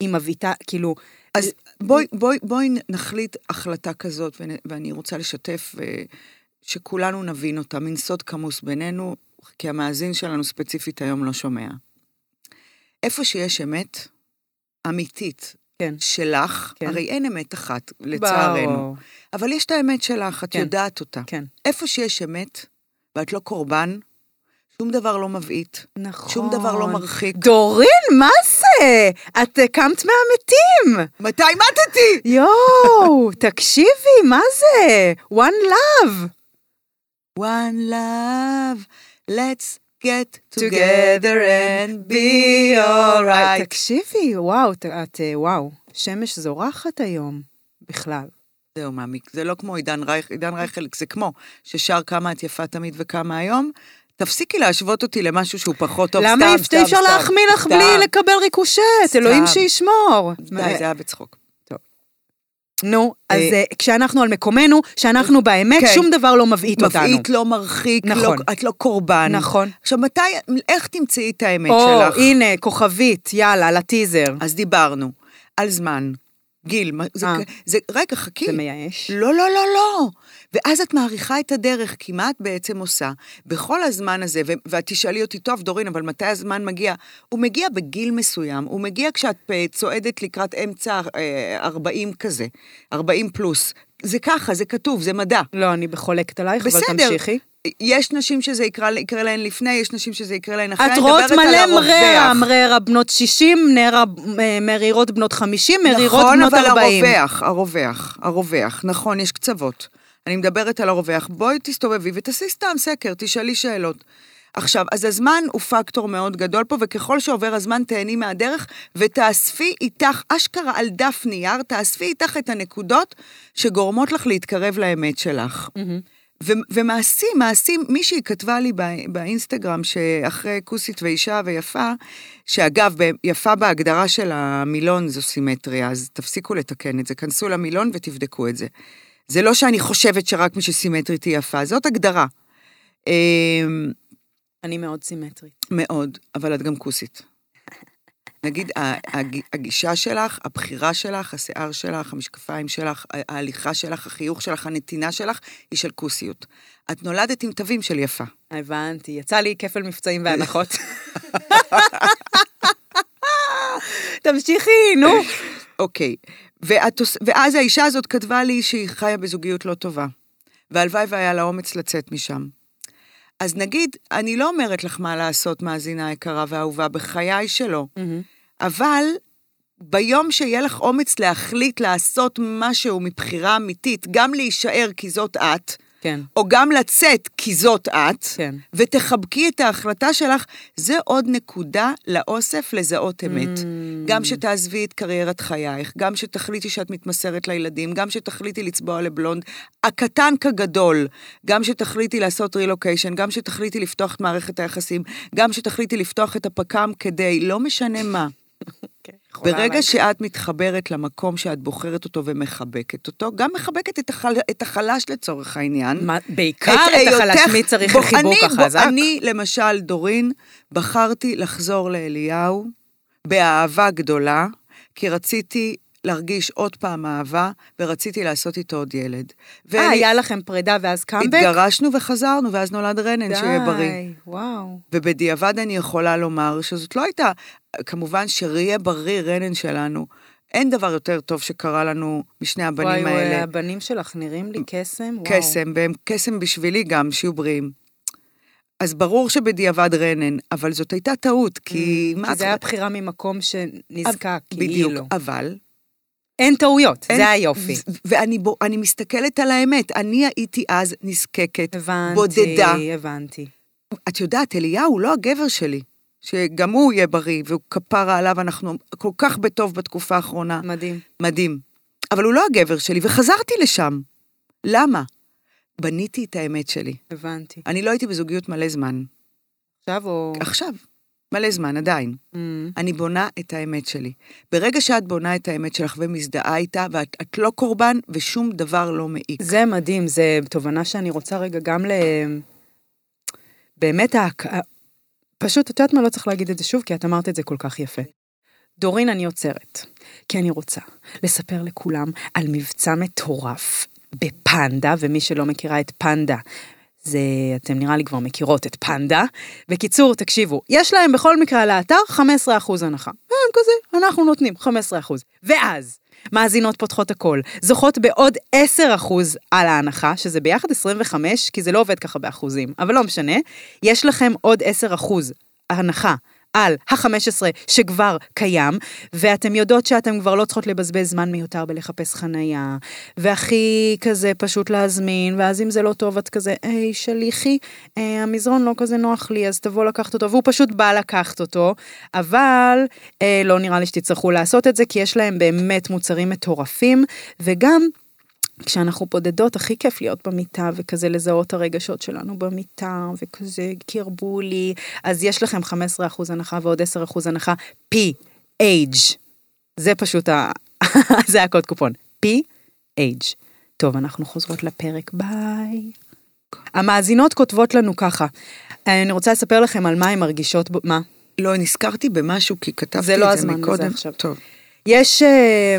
היא מבעיטה, כאילו,
אז בואי, בואי, בואי נחליט החלטה כזאת, ונ- ואני רוצה לשתף, אה, שכולנו נבין אותה, מין סוד כמוס בינינו, כי המאזין שלנו ספציפית היום לא שומע. איפה שיש אמת אמיתית
כן.
שלך,
כן.
הרי אין אמת אחת, לצערנו,
באו.
אבל יש את האמת שלך, את
כן.
יודעת אותה.
כן.
איפה שיש אמת, ואת לא קורבן, שום דבר לא מבעיט,
נכון.
שום דבר לא מרחיק.
דורין, מה זה? את אה, קמת מהמתים!
מתי מתתי?
יואו, תקשיבי, מה זה? one love!
One love, let's get
together
together and be alright.
אה, תקשיבי, וואו, ת- את, אה, וואו, שמש זורחת היום, בכלל.
זהו, מעמיק. זה לא כמו עידן רייך, עידן רייכל, זה כמו ששר כמה את יפה תמיד וכמה היום. תפסיקי להשוות אותי למשהו שהוא פחות טוב, סתם, סתם,
למה
סתם.
אי אפשר להחמיא לך
סתם.
בלי לקבל ריקושט? אלוהים
סתם.
שישמור.
די, זה היה בצחוק.
נו, אז
אה,
אה, כשאנחנו על מקומנו, כשאנחנו באמת,
כן.
שום דבר לא מבעיט אותנו.
מבעית, לא מרחיק,
נכון.
לא- את לא קורבן.
נכון.
עכשיו, מתי, איך תמצאי את האמת
או,
שלך? אה,
הנה, כוכבית, יאללה, לטיזר.
אז דיברנו על זמן, גיל, מה- זה,
אה.
זה, רגע, חכי.
זה מייאש.
לא, לא, לא, לא. ואז את מעריכה את הדרך, כי מה את בעצם עושה? בכל הזמן הזה, ו- ואת תשאלי אותי, טוב, דורין, אבל מתי הזמן מגיע? הוא מגיע בגיל מסוים, הוא מגיע כשאת אה, צועדת לקראת אמצע אה, 40 כזה, 40 פלוס. זה ככה, זה כתוב, זה מדע.
לא, אני חולקת עלייך, אבל
בסדר.
תמשיכי.
יש נשים שזה יקרה, יקרה להן לפני, יש נשים שזה יקרה להן אחרי.
את
אני
רואות
מדברת על
מלא
הרווח.
מררה, מררה בנות 60, נערה- אה, מרירות בנות 50, מרירות בנות
נכון, אבל
40.
הרווח, הרווח, הרווח. נכון, יש קצוות. אני מדברת על הרווח. בואי תסתובבי ותעשי סתם סקר, תשאלי שאלות. עכשיו, אז הזמן הוא פקטור מאוד גדול פה, וככל שעובר הזמן תהני מהדרך, ותאספי איתך, אשכרה על דף נייר, תאספי איתך את הנקודות שגורמות לך להתקרב לאמת שלך. ו- ומעשים, מעשים, מישהי כתבה לי בא- באינסטגרם, שאחרי כוסית ואישה ויפה, שאגב, ב- יפה בהגדרה של המילון זו סימטריה, אז תפסיקו לתקן את זה, כנסו למילון ותבדקו את זה. זה לא שאני חושבת שרק מי שסימטרית היא יפה, זאת הגדרה. אמ,
אני מאוד סימטרית.
מאוד, אבל את גם כוסית. נגיד, ה- הג- הגישה שלך, הבחירה שלך, השיער שלך, המשקפיים שלך, ה- ההליכה שלך, החיוך שלך, הנתינה שלך, היא של כוסיות. את נולדת עם תווים של יפה.
הבנתי, יצא לי כפל מבצעים והנחות. תמשיכי, נו.
אוקיי. ואת, עוש- ואז האישה הזאת כתבה לי שהיא חיה בזוגיות לא טובה. והלוואי והיה לה אומץ לצאת משם. אז נגיד, אני לא אומרת לך מה לעשות, מאזינה היקרה והאהובה, בחיי שלא. אבל ביום שיהיה לך אומץ להחליט לעשות משהו מבחירה אמיתית, גם להישאר כי זאת את,
כן.
או גם לצאת כי זאת את,
כן.
ותחבקי את ההחלטה שלך, זה עוד נקודה לאוסף לזהות
Mm.
אמת. גם שתעזבי את קריירת חייך, גם שתחליטי שאת מתמסרת לילדים, גם שתחליטי לצבוע לבלונד, הקטן כגדול, גם שתחליטי לעשות רילוקיישן, גם שתחליטי לפתוח את מערכת היחסים, גם שתחליטי לפתוח את הפק"ם כדי, לא משנה מה.
כן,
ברגע שאת מתחברת למקום שאת בוחרת אותו ומחבקת אותו, גם מחבקת את, החל... את החלש לצורך העניין.
מה- בעיקר את החלש,
היותך-
מי צריך
בוא-
לחיבוק
אני- בוא-
החזק?
אני, למשל, דורין, בחרתי לחזור לאליהו באהבה גדולה, כי רציתי להרגיש עוד פעם אהבה, ורציתי לעשות איתו עוד ילד.
אה,
ואלי-
היה לכם פרידה ואז קאמבק?
התגרשנו וחזרנו, ואז נולד רנן, שיהיה בריא.
די, וואו.
ובדיעבד אני יכולה לומר שזאת לא הייתה, כמובן שריה בריא רנן שלנו, אין דבר יותר טוב שקרה לנו משני
וואי
הבנים
וואי,
האלה.
הבנים שלך נראים לי קסם, וואו.
קסם, והם קסם בשבילי גם, שיהיו בריאים. אז ברור שבדיעבד רנן, אבל זאת הייתה טעות, כי מה...
Mm, כי
את- אה,
זה היה בחירה ממקום שנזקק,
בדיוק,
כאילו.
אבל...
אין טעויות,
אין-
זה היופי.
ו- ואני בו- אני מסתכלת על האמת, אני הייתי אז נזקקת,
הבנתי,
בודדה.
הבנתי.
את יודעת, אליהו הוא לא הגבר שלי, שגם הוא יהיה בריא, והוא כפרה עליו, אנחנו כל כך בטוב בתקופה האחרונה.
מדהים.
מדהים. אבל הוא לא הגבר שלי, וחזרתי לשם. למה? בניתי את האמת שלי.
הבנתי.
אני לא הייתי בזוגיות מלא זמן.
עכשיו או...
עכשיו. מלא זמן, עדיין.
אמ,
אני בונה את האמת שלי. ברגע שאת בונה את האמת שלך ומזדהה איתה, ואת את לא קורבן, ושום דבר לא מעיק.
זה מדהים, זו תובנה שאני רוצה רגע גם ל... באמת, ההק... פשוט, את יודעת מה? לא צריך להגיד את זה שוב, כי את אמרת את זה כל כך יפה. דורין, אני עוצרת, כי אני רוצה לספר לכולם על מבצע מטורף בפנדה, ומי שלא מכירה את פנדה, זה, אתם נראה לי כבר מכירות את פנדה. בקיצור, תקשיבו, יש להם בכל מקרה על האתר 15% הנחה. הם כזה, אנחנו נותנים 15%. ואז, מאזינות פותחות הכל, זוכות בעוד 10% על ההנחה, שזה ביחד 25, כי זה לא עובד ככה באחוזים, אבל לא משנה. יש לכם עוד 10% הנחה. על ה-15 שכבר קיים, ואתם יודעות שאתם כבר לא צריכות לבזבז זמן מיותר בלחפש חנייה, והכי כזה פשוט להזמין, ואז אם זה לא טוב את כזה, היי שליחי, אה, המזרון לא כזה נוח לי, אז תבוא לקחת אותו, והוא פשוט בא לקחת אותו, אבל אה, לא נראה לי שתצטרכו לעשות את זה, כי יש להם באמת מוצרים מטורפים, וגם כשאנחנו בודדות, הכי כיף להיות במיטה, וכזה לזהות את הרגשות שלנו במיטה, וכזה קרבו לי, אז יש לכם 15% הנחה ועוד 10% הנחה, P-H. זה פשוט ה... זה הקוד קופון, P-H. טוב, אנחנו חוזרות לפרק, ביי. המאזינות כותבות לנו ככה, אני רוצה לספר לכם על מה הן מרגישות, ב- מה?
לא, נזכרתי במשהו, כי כתבתי את
זה
זה
לא
מקודם.
הזמן, זה עכשיו.
טוב.
יש, אה,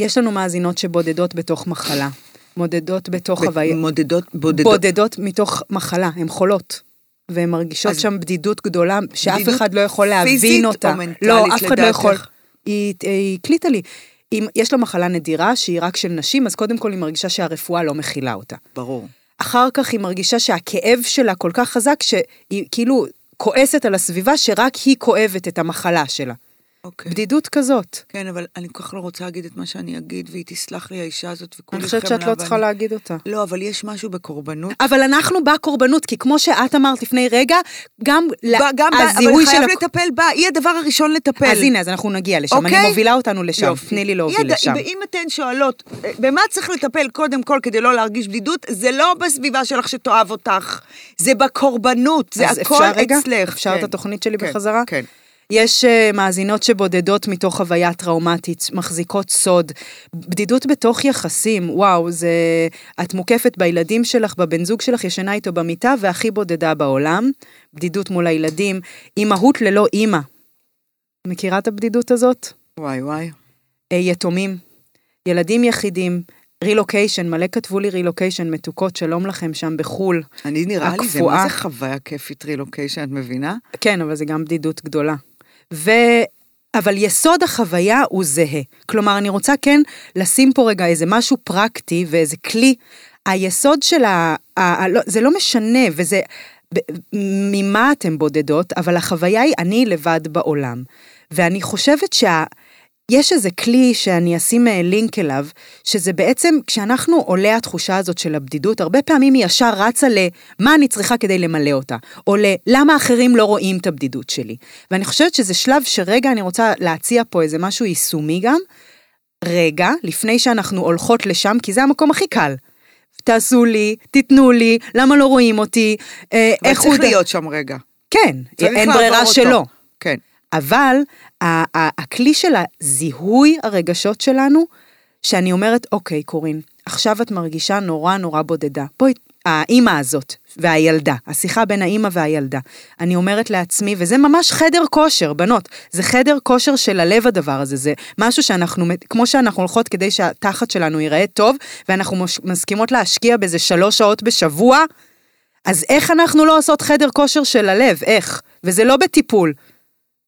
יש לנו מאזינות שבודדות בתוך מחלה, מודדות בתוך הוויה.
מודדות, בודדות.
בודדות מתוך מחלה, הן חולות. והן מרגישות
אז-
שם בדידות גדולה, שאף
בדידות
אחד לא יכול להבין
פיזית או
אותה.
מנטלית,
לא, אף אחד לא
לדעתך?
יכול. היא היא הקליטה לי. אם יש לה מחלה נדירה שהיא רק של נשים, אז קודם כל היא מרגישה שהרפואה לא מכילה אותה.
ברור.
אחר כך היא מרגישה שהכאב שלה כל כך חזק, שהיא כאילו כועסת על הסביבה שרק היא כואבת את המחלה שלה.
אוקיי.
בדידות כזאת.
כן, אבל אני כל כך לא רוצה להגיד את מה שאני אגיד, והיא תסלח לי, האישה הזאת, וכולי
אני חושבת שאת לא צריכה להגיד אותה.
לא, אבל יש משהו בקורבנות.
אבל אנחנו בקורבנות, כי כמו שאת אמרת לפני רגע, גם ל-
בה- גם בה-
הזיהוי
אבל
של...
חייב
הכ-
לטפל בה, היא הדבר הראשון לטפל.
אז הנה, אז אנחנו נגיע לשם. אני
אוקיי?
מובילה אותנו לשם,
יופי.
תני לי להוביל
ידע,
לשם.
אם אתן שואלות, אה, במה צריך לטפל קודם כל כדי לא להרגיש בדידות, זה לא בסביבה שלך שתאהב אותך, זה בקורבנות, זה
אז
הכל
אפשר רגע?
אצלך.
אפשר את
כן.
התוכנית שלי
כן,
בחזרה?
כן.
יש אה, מאזינות שבודדות מתוך חוויה טראומטית, מחזיקות סוד. בדידות בתוך יחסים, וואו, זה... את מוקפת בילדים שלך, בבן זוג שלך, ישנה איתו במיטה, והכי בודדה בעולם. בדידות מול הילדים, אימהות ללא אימא. מכירה את הבדידות הזאת?
וואי וואי.
אה, יתומים, ילדים יחידים, רילוקיישן, מלא כתבו לי רילוקיישן, מתוקות, שלום לכם שם בחו"ל.
אני נראה לי, זה
הקפואה.
מה זה חוויה כיפית רילוקיישן, את מבינה?
כן, אבל זה גם בדידות גדולה. ו... אבל יסוד החוויה הוא זהה. כלומר, אני רוצה כן לשים פה רגע איזה משהו פרקטי ואיזה כלי. היסוד של ה... ה... ה... לא, זה לא משנה, וזה... ב... ממה אתן בודדות, אבל החוויה היא אני לבד בעולם. ואני חושבת שה... יש איזה כלי שאני אשים אה, לינק אליו, שזה בעצם כשאנחנו עולה התחושה הזאת של הבדידות, הרבה פעמים היא ישר רצה למה אני צריכה כדי למלא אותה, או ללמה אחרים לא רואים את הבדידות שלי. ואני חושבת שזה שלב שרגע אני רוצה להציע פה איזה משהו יישומי גם, רגע, לפני שאנחנו הולכות לשם, כי זה המקום הכי קל. תעשו לי, תיתנו לי, למה לא רואים אותי, אה,
אבל
איך הוא...
צריך
ד-
להיות שם רגע.
כן,
צריך
אין
לעבור
ברירה
אותו.
שלא.
כן.
אבל ה- ה- הכלי של הזיהוי הרגשות שלנו, שאני אומרת, אוקיי, קורין, עכשיו את מרגישה נורא נורא בודדה. בואי, האימא הזאת והילדה, השיחה בין האימא והילדה. אני אומרת לעצמי, וזה ממש חדר כושר, בנות, זה חדר כושר של הלב הדבר הזה, זה משהו שאנחנו, כמו שאנחנו הולכות כדי שהתחת שלנו ייראה טוב, ואנחנו מוש- מסכימות להשקיע בזה שלוש שעות בשבוע, אז איך אנחנו לא עושות חדר כושר של הלב? איך? וזה לא בטיפול.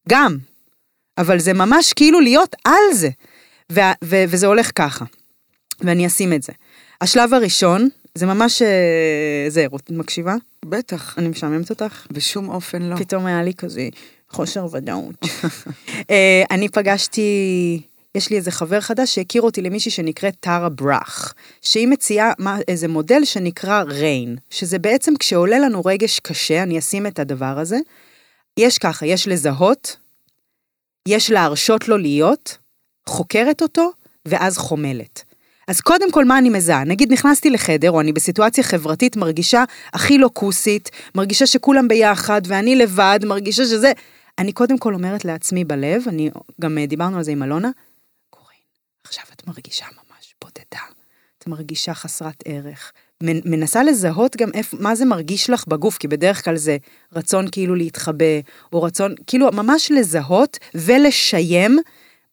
גם. אבל זה ממש כאילו להיות על זה. וה- ו- וזה הולך ככה. ואני אשים את זה. השלב הראשון, זה ממש... אה, זה, רות, מקשיבה?
בטח.
אני משעממת אותך?
בשום אופן לא.
פתאום היה לי כזה חושר ודאות. אה, אני פגשתי, יש לי איזה חבר חדש שהכיר אותי למישהי שנקראת טרה ברח, שהיא מציעה מה, איזה מודל שנקרא ריין, שזה בעצם כשעולה לנו רגש קשה, אני אשים את הדבר הזה, יש ככה, יש לזהות, יש להרשות לו להיות, חוקרת אותו, ואז חומלת. אז קודם כל, מה אני מזהה? נגיד נכנסתי לחדר, או אני בסיטואציה חברתית מרגישה הכי לא כוסית, מרגישה שכולם ביחד, ואני לבד, מרגישה שזה... אני קודם כל אומרת לעצמי בלב, אני גם אה, דיברנו על זה עם אלונה, קורין, עכשיו את מרגישה ממש בודדה. את מרגישה חסרת ערך. מנ- מנסה לזהות גם איפה, מה זה מרגיש לך בגוף, כי בדרך כלל זה רצון כאילו להתחבא, או רצון, כאילו ממש לזהות ולשיים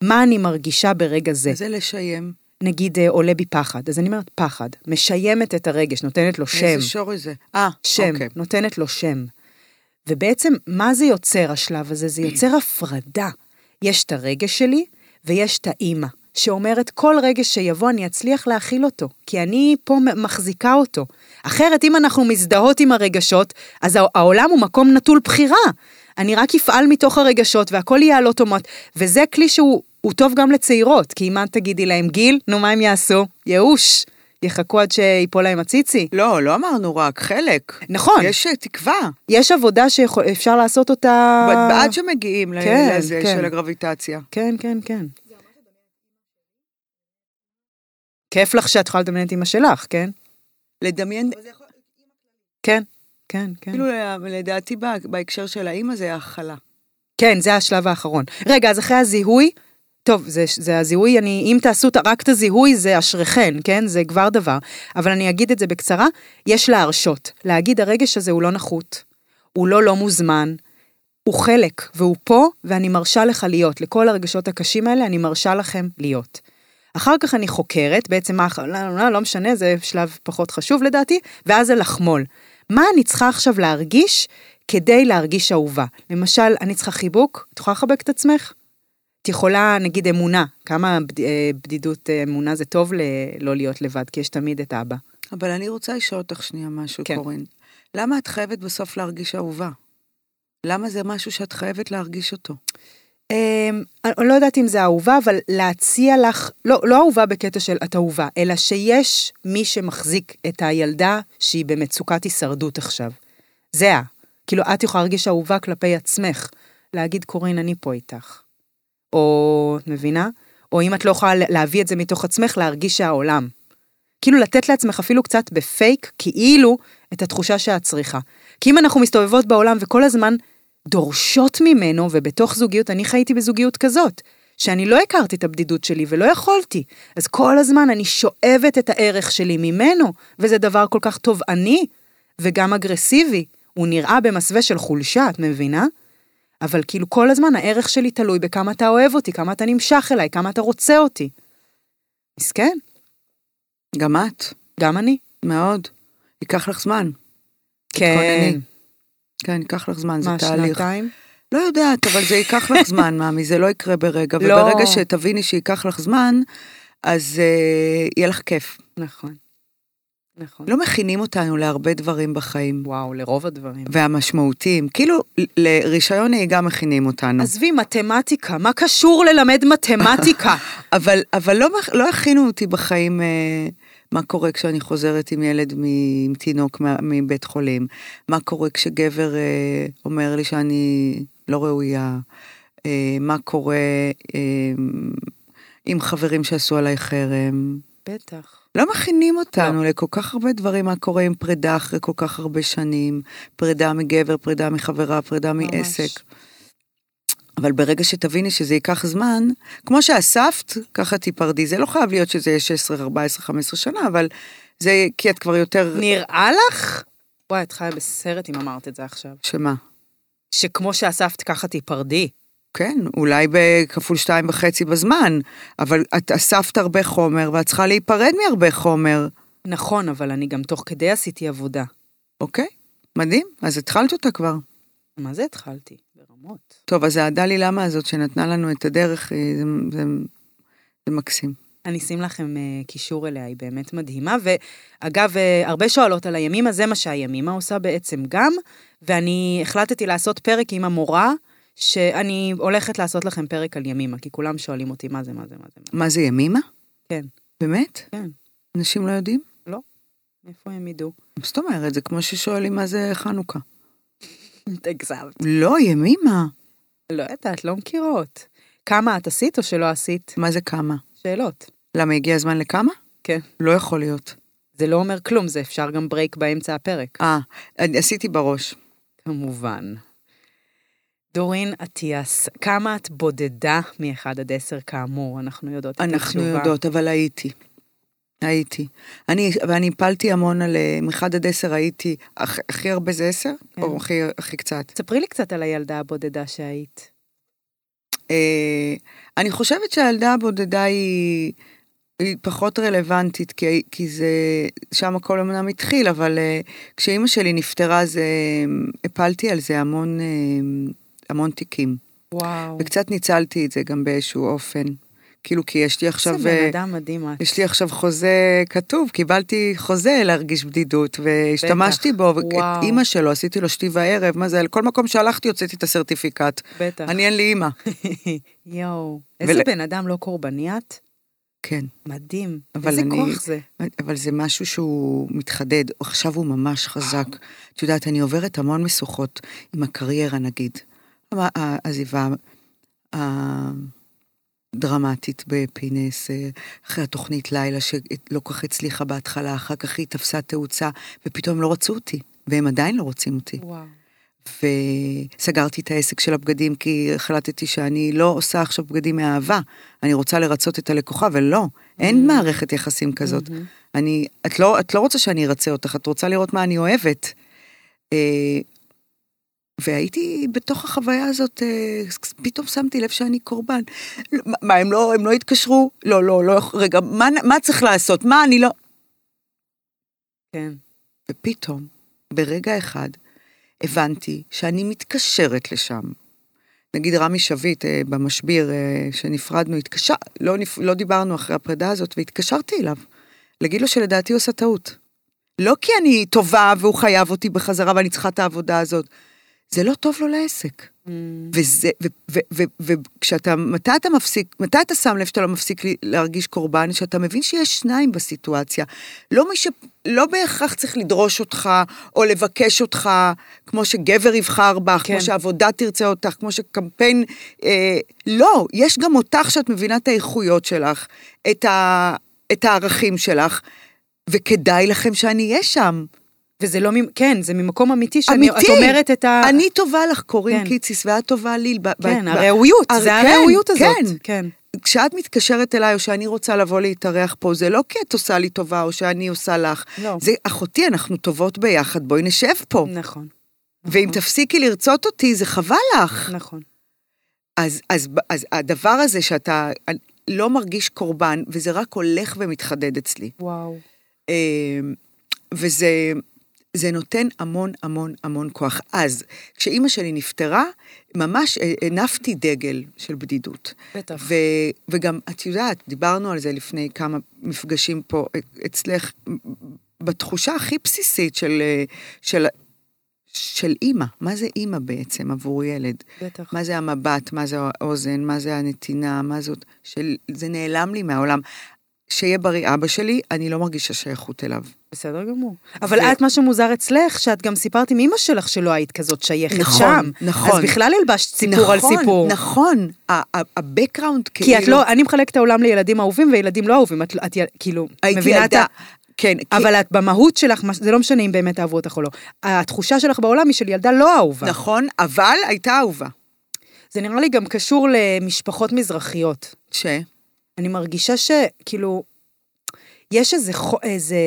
מה אני מרגישה ברגע זה.
זה לשיים.
נגיד אה, עולה בי פחד, אז אני אומרת פחד, משיימת את הרגש, נותנת לו שם,
איזה שורש זה? אה,
שם,
אוקיי.
נותנת לו שם. ובעצם, מה זה יוצר השלב הזה? זה יוצר הפרדה. יש את הרגש שלי ויש את האימא, שאומרת, כל רגש שיבוא אני אצליח להכיל אותו, כי אני פה מ- מחזיקה אותו. אחרת, אם אנחנו מזדהות עם הרגשות, אז הע- העולם הוא מקום נטול בחירה. אני רק אפעל מתוך הרגשות והכל יהיה על אוטומט, וזה כלי שהוא הוא טוב גם לצעירות, כי אם את תגידי להם, גיל, נו מה הם יעשו? ייאוש. יחכו עד שיפול להם הציצי.
לא, לא אמרנו רק, חלק.
נכון.
יש אה, תקווה.
יש עבודה שאפשר לעשות אותה...
ב- עד שמגיעים ל-
כן,
לזה
כן.
של הגרביטציה.
כן, כן, כן. כיף לך שאת יכולה לדמיין את אימא שלך, כן?
לדמיין,
כן, כן, כן.
כאילו לדעתי בה- בהקשר של האימא זה ההכלה.
כן, זה השלב האחרון. רגע, אז אחרי הזיהוי, טוב, זה, זה הזיהוי, אני, אם תעשו את- רק את הזיהוי, זה אשריכן, כן? זה כבר דבר. אבל אני אגיד את זה בקצרה, יש להרשות. להגיד, הרגש הזה הוא לא נחות, הוא לא לא מוזמן, הוא חלק, והוא פה, ואני מרשה לך להיות. לכל הרגשות הקשים האלה, אני מרשה לכם להיות. אחר כך אני חוקרת, בעצם מה, לא, לא, לא, לא משנה, זה שלב פחות חשוב לדעתי, ואז זה לחמול. מה אני צריכה עכשיו להרגיש כדי להרגיש אהובה? למשל, אני צריכה חיבוק, את יכולה לחבק את עצמך? את יכולה, נגיד, אמונה, כמה בד... אה, בדידות אה, אמונה זה טוב ל... לא להיות לבד, כי יש תמיד את אבא.
אבל אני רוצה לשאול אותך שנייה משהו,
כן.
קורין. למה את חייבת בסוף להרגיש אהובה? למה זה משהו שאת חייבת להרגיש אותו?
אה, אני לא יודעת אם זה אהובה, אבל להציע לך, לא, לא אהובה בקטע של את אהובה, אלא שיש מי שמחזיק את הילדה שהיא במצוקת הישרדות עכשיו. זה ה. כאילו, את יכולה להרגיש אהובה כלפי עצמך, להגיד, קורין, אני פה איתך. או, את מבינה? או אם את לא יכולה להביא את זה מתוך עצמך, להרגיש שהעולם. כאילו לתת לעצמך אפילו קצת בפייק, כאילו, את התחושה שאת צריכה. כי אם אנחנו מסתובבות בעולם וכל הזמן דורשות ממנו, ובתוך זוגיות, אני חייתי בזוגיות כזאת, שאני לא הכרתי את הבדידות שלי ולא יכולתי. אז כל הזמן אני שואבת את הערך שלי ממנו, וזה דבר כל כך תובעני וגם אגרסיבי. הוא נראה במסווה של חולשה, את מבינה? אבל כאילו כל הזמן הערך שלי תלוי בכמה אתה אוהב אותי, כמה אתה נמשך אליי, כמה אתה רוצה אותי. מסכן,
גם את,
גם אני.
מאוד. ייקח לך זמן.
כן.
תתכונני. כן, ייקח לך זמן, זה
מה,
תהליך.
שנתיים?
לא יודעת, אבל זה ייקח לך זמן, מאמי, זה לא יקרה ברגע.
לא.
וברגע שתביני שייקח לך זמן, אז אה, יהיה לך כיף.
נכון. נכון.
לא מכינים אותנו להרבה דברים בחיים,
וואו, לרוב הדברים.
והמשמעותיים. כאילו, ל- לרישיון נהיגה מכינים אותנו.
עזבי, מתמטיקה, מה קשור ללמד מתמטיקה?
אבל, אבל לא, מכ- לא הכינו אותי בחיים אה, מה קורה כשאני חוזרת עם ילד, מ, עם תינוק מה, מבית חולים, מה קורה כשגבר אה, אומר לי שאני לא ראויה, אה, מה קורה אה, עם חברים שעשו עליי חרם.
בטח.
לא מכינים אותנו לא. לכל כך הרבה דברים, מה קורה עם פרידה אחרי כל כך הרבה שנים, פרידה מגבר, פרידה מחברה, פרידה ממש.
ממש.
מעסק. אבל ברגע שתביני שזה ייקח זמן, כמו שאספת, ככה תיפרדי. זה לא חייב להיות שזה יהיה 16, 14, 15 שנה, אבל זה כי את כבר יותר...
נראה לך? וואי, את חיה בסרט אם אמרת את זה עכשיו.
שמה?
שכמו שאספת ככה תיפרדי.
כן, אולי בכפול שתיים וחצי בזמן, אבל את אספת הרבה חומר, ואת צריכה להיפרד מהרבה חומר,
נכון, אבל אני גם תוך כדי עשיתי עבודה.
אוקיי? מדהים, אז התחלת אותה כבר.
מה זה התחלתי? ברמות.
טוב, אז הדלי למה הזאת שנתנה לנו את הדרך, היא- זה, זה, זה מקסים.
אני אשים לכם אה, קישור אליה, היא באמת מדהימה. ואגב, אה, הרבה שואלות על הימימה, זה מה שהימימה עושה בעצם גם. ואני החלטתי לעשות פרק עם המורה, שאני הולכת לעשות לכם פרק על ימימה, כי כולם שואלים אותי מה זה, מה זה, מה זה. מה זה.
מה זה, ימימה?
כן,
באמת?
כן.
אנשים לא יודעים?
איפה הם ידעו?
מה זאת אומרת? זה כמו ששואלים מה זה חנוכה.
תגזמת.
לא, ימימה.
לא יודעת, לא מכירות. כמה את עשית או שלא עשית?
מה זה כמה?
שאלות.
למה, הגיע הזמן לכמה?
כן.
לא יכול להיות.
זה לא אומר כלום, זה אפשר גם ברייק באמצע הפרק.
אה, אני עשיתי בראש.
כמובן. דורין אטיאס, כמה את בודדה מ-1 עד 10 כאמור? אנחנו יודעות את התשובה.
אנחנו יודעות, אבל הייתי. הייתי. אני, ואני הפלתי המון על... אה, מאחד עד עשר הייתי, הכ- הכי הרבה זה עשר?
כן.
או הכי, הכי קצת?
ספרי לי קצת על הילדה הבודדה שהיית.
אה, אני חושבת שהילדה הבודדה היא, היא פחות רלוונטית, כי, כי זה, שם הכל אמנם התחיל, אבל אה, כשאימא שלי נפטרה, אז אה, הפלתי על זה המון, אה, המון תיקים.
וואו.
וקצת ניצלתי את זה גם באיזשהו אופן. כאילו, כי יש לי עכשיו...
איזה
אה,
בן אדם מדהים את.
יש לי עכשיו חוזה כתוב, קיבלתי חוזה להרגיש בדידות, והשתמשתי
בטח,
בו,
וואו.
ואת אימא שלו, עשיתי לו שתי וערב, מה זה, לכל מקום שהלכתי הוצאתי את הסרטיפיקט.
בטח.
אני אין לי אימא.
יואו. איזה
ול-
בן אדם לא קורבני את?
כן.
מדהים.
אבל
איזה
אני-
כוח זה.
אבל זה משהו שהוא מתחדד, עכשיו הוא ממש חזק. את יודעת, אני עוברת המון משוכות עם הקריירה, נגיד. המ- העזיבה הדרמטית בפינס, אה, אחרי התוכנית לילה שלא כל כך הצליחה בהתחלה, אחר כך היא תפסה תאוצה, ופתאום לא רצו אותי, והם עדיין לא רוצים אותי.
וואו.
וסגרתי את העסק של הבגדים כי החלטתי שאני לא עושה עכשיו בגדים מאהבה, אני רוצה לרצות את הלקוחה, ולא, אין מערכת יחסים כזאת. אני, את לא, את לא רוצה שאני ארצה אותך, את רוצה לראות מה אני אוהבת. אה, והייתי בתוך החוויה הזאת, אה, פתאום שמתי לב שאני קורבן. לא, מה, הם לא, הם לא התקשרו? לא, לא, לא, רגע, מה, מה צריך לעשות? מה, אני לא...
כן.
ופתאום, ברגע אחד, הבנתי שאני מתקשרת לשם. נגיד רמי שביט אה, במשביר, אה, שנפרדנו, התקשר, לא, נפ... לא דיברנו אחרי הפרידה הזאת, והתקשרתי אליו, להגיד לו שלדעתי הוא עשה טעות. לא כי אני טובה והוא חייב אותי בחזרה ואני צריכה את העבודה הזאת. זה לא טוב לו לעסק.
Mm.
וזה, וכשאתה, מתי אתה מפסיק, מתי אתה שם לב שאתה לא מפסיק ל- להרגיש קורבן, שאתה מבין שיש שניים בסיטואציה. לא מי ש... לא בהכרח צריך לדרוש אותך, או לבקש אותך, כמו שגבר יבחר בך,
כן.
כמו שעבודה תרצה אותך, כמו שקמפיין... אה, לא, יש גם אותך שאת מבינה את האיכויות שלך, את, ה, את הערכים שלך, וכדאי לכם שאני אהיה שם.
וזה לא, ממ- כן, זה ממקום אמיתי, שאני,
אמיתי.
את אומרת את ה...
אני טובה לך, קורין
כן.
קיציס, ואת טובה לי. ב- ב-
כן,
ב-
הראויות,
הר-
זה
כן,
הראויות הזאת.
כן.
כן.
כשאת מתקשרת אליי, או שאני רוצה לבוא להתארח פה, זה לא כי את עושה לי טובה, או שאני עושה לך.
לא.
זה, אחותי, אנחנו טובות ביחד, בואי נשב פה.
נכון,
ואם תפסיקי לרצות אותי, זה חבל לך.
נכון.
אז, אז, אז הדבר הזה שאתה לא מרגיש קורבן, וזה רק הולך ומתחדד אצלי.
וואו.
אה, וזה זה נותן המון המון המון כוח. אז, כשאימא שלי נפטרה, ממש אה, הנפתי דגל של בדידות.
בטח.
ו, וגם, את יודעת, דיברנו על זה לפני כמה מפגשים פה אה, אצלך, מ- בתחושה הכי בסיסית של, אה, של, של אימא. מה זה אימא בעצם עבור ילד?
בטח.
מה זה המבט, מה זה האוזן, מה זה הנתינה, מה זאת... של... זה נעלם לי מהעולם. שיהיה בריא אבא שלי, אני לא מרגישה שייכות אליו.
בסדר גמור. אבל
זה-
את, מה שמוזר אצלך, שאת גם סיפרת עם אימא שלך שלא היית כזאת שייכת
נכון,
שם.
נכון.
אז בכלל הלבשת סיפור על
נכון,
סיפור.
נכון, ה- ה- הבקראונד כאילו...
כי את לא, אני מחלקת את העולם לילדים אהובים וילדים לא אהובים. את, את כאילו,
הייתי
מבינה את ה...
ילדה- כן, כי-
אבל את במהות שלך, מה- זה לא משנה אם באמת אהבו אותך או לא. התחושה שלך בעולם היא של ילדה לא אהובה.
נכון, אבל הייתה אהובה.
זה נראה לי גם קשור למשפחות מזרחיות.
ש...
אני מרגישה שכאילו, יש איזה, חו- איזה,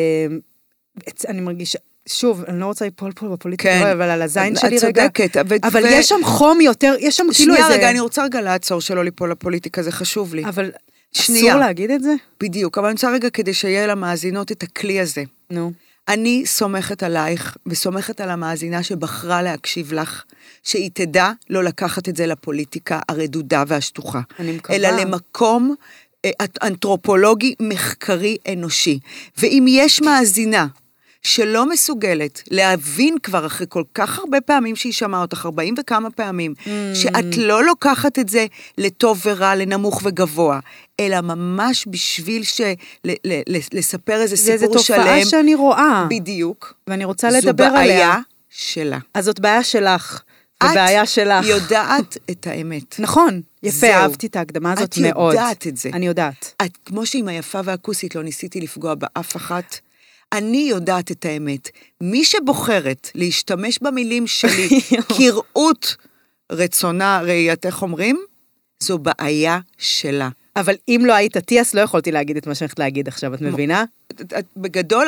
אני מרגישה, שוב, אני לא רוצה ליפול פה בפוליטיקה,
כן.
אבל על הזין
את-
שלי
את
רגע.
צודקת, ו-
אבל
ו-
יש שם חום יותר, יש שם כאילו איזה...
שנייה רגע, אני רוצה רגע לעצור שלא ליפול לפוליטיקה, זה חשוב לי.
אבל
שנייה.
אסור להגיד את זה?
בדיוק, אבל אני רוצה רגע כדי שיהיה למאזינות את הכלי הזה.
נו.
אני סומכת עלייך וסומכת על המאזינה שבחרה להקשיב לך, שהיא תדע לא לקחת את זה לפוליטיקה הרדודה והשטוחה.
אני מקווה.
אלא למקום אה, אנ- אנתרופולוגי, מחקרי, אנושי. ואם יש מאזינה שלא מסוגלת להבין כבר אחרי כל כך הרבה פעמים שהיא שמעה אותך, 40 וכמה פעמים,
Mm.
שאת לא לוקחת את זה לטוב ורע, לנמוך וגבוה, אלא ממש בשביל ש... ל- ל- ל- לספר איזה
זה
סיפור
איזה
שלם.
תופעה שאני רואה,
בדיוק.
ואני אה. רוצה לדבר עליה.
זו בעיה שלה.
אז זאת בעיה שלך, ובעיה שלך.
את יודעת את האמת.
נכון, יפה,
זהו.
אהבתי את ההקדמה הזאת
את
מאוד.
יודעת את זה.
אני יודעת.
את, כמו שעם היפה והכוסית לא ניסיתי לפגוע באף אחת, אני יודעת את האמת. מי שבוחרת להשתמש במילים שלי כראות רצונה, ראיית, איך אומרים? זו בעיה שלה.
אבל אם לא היית אטיאס, לא יכולתי להגיד את מה שאני הולכת להגיד עכשיו, את מבינה?
את, את, בגדול,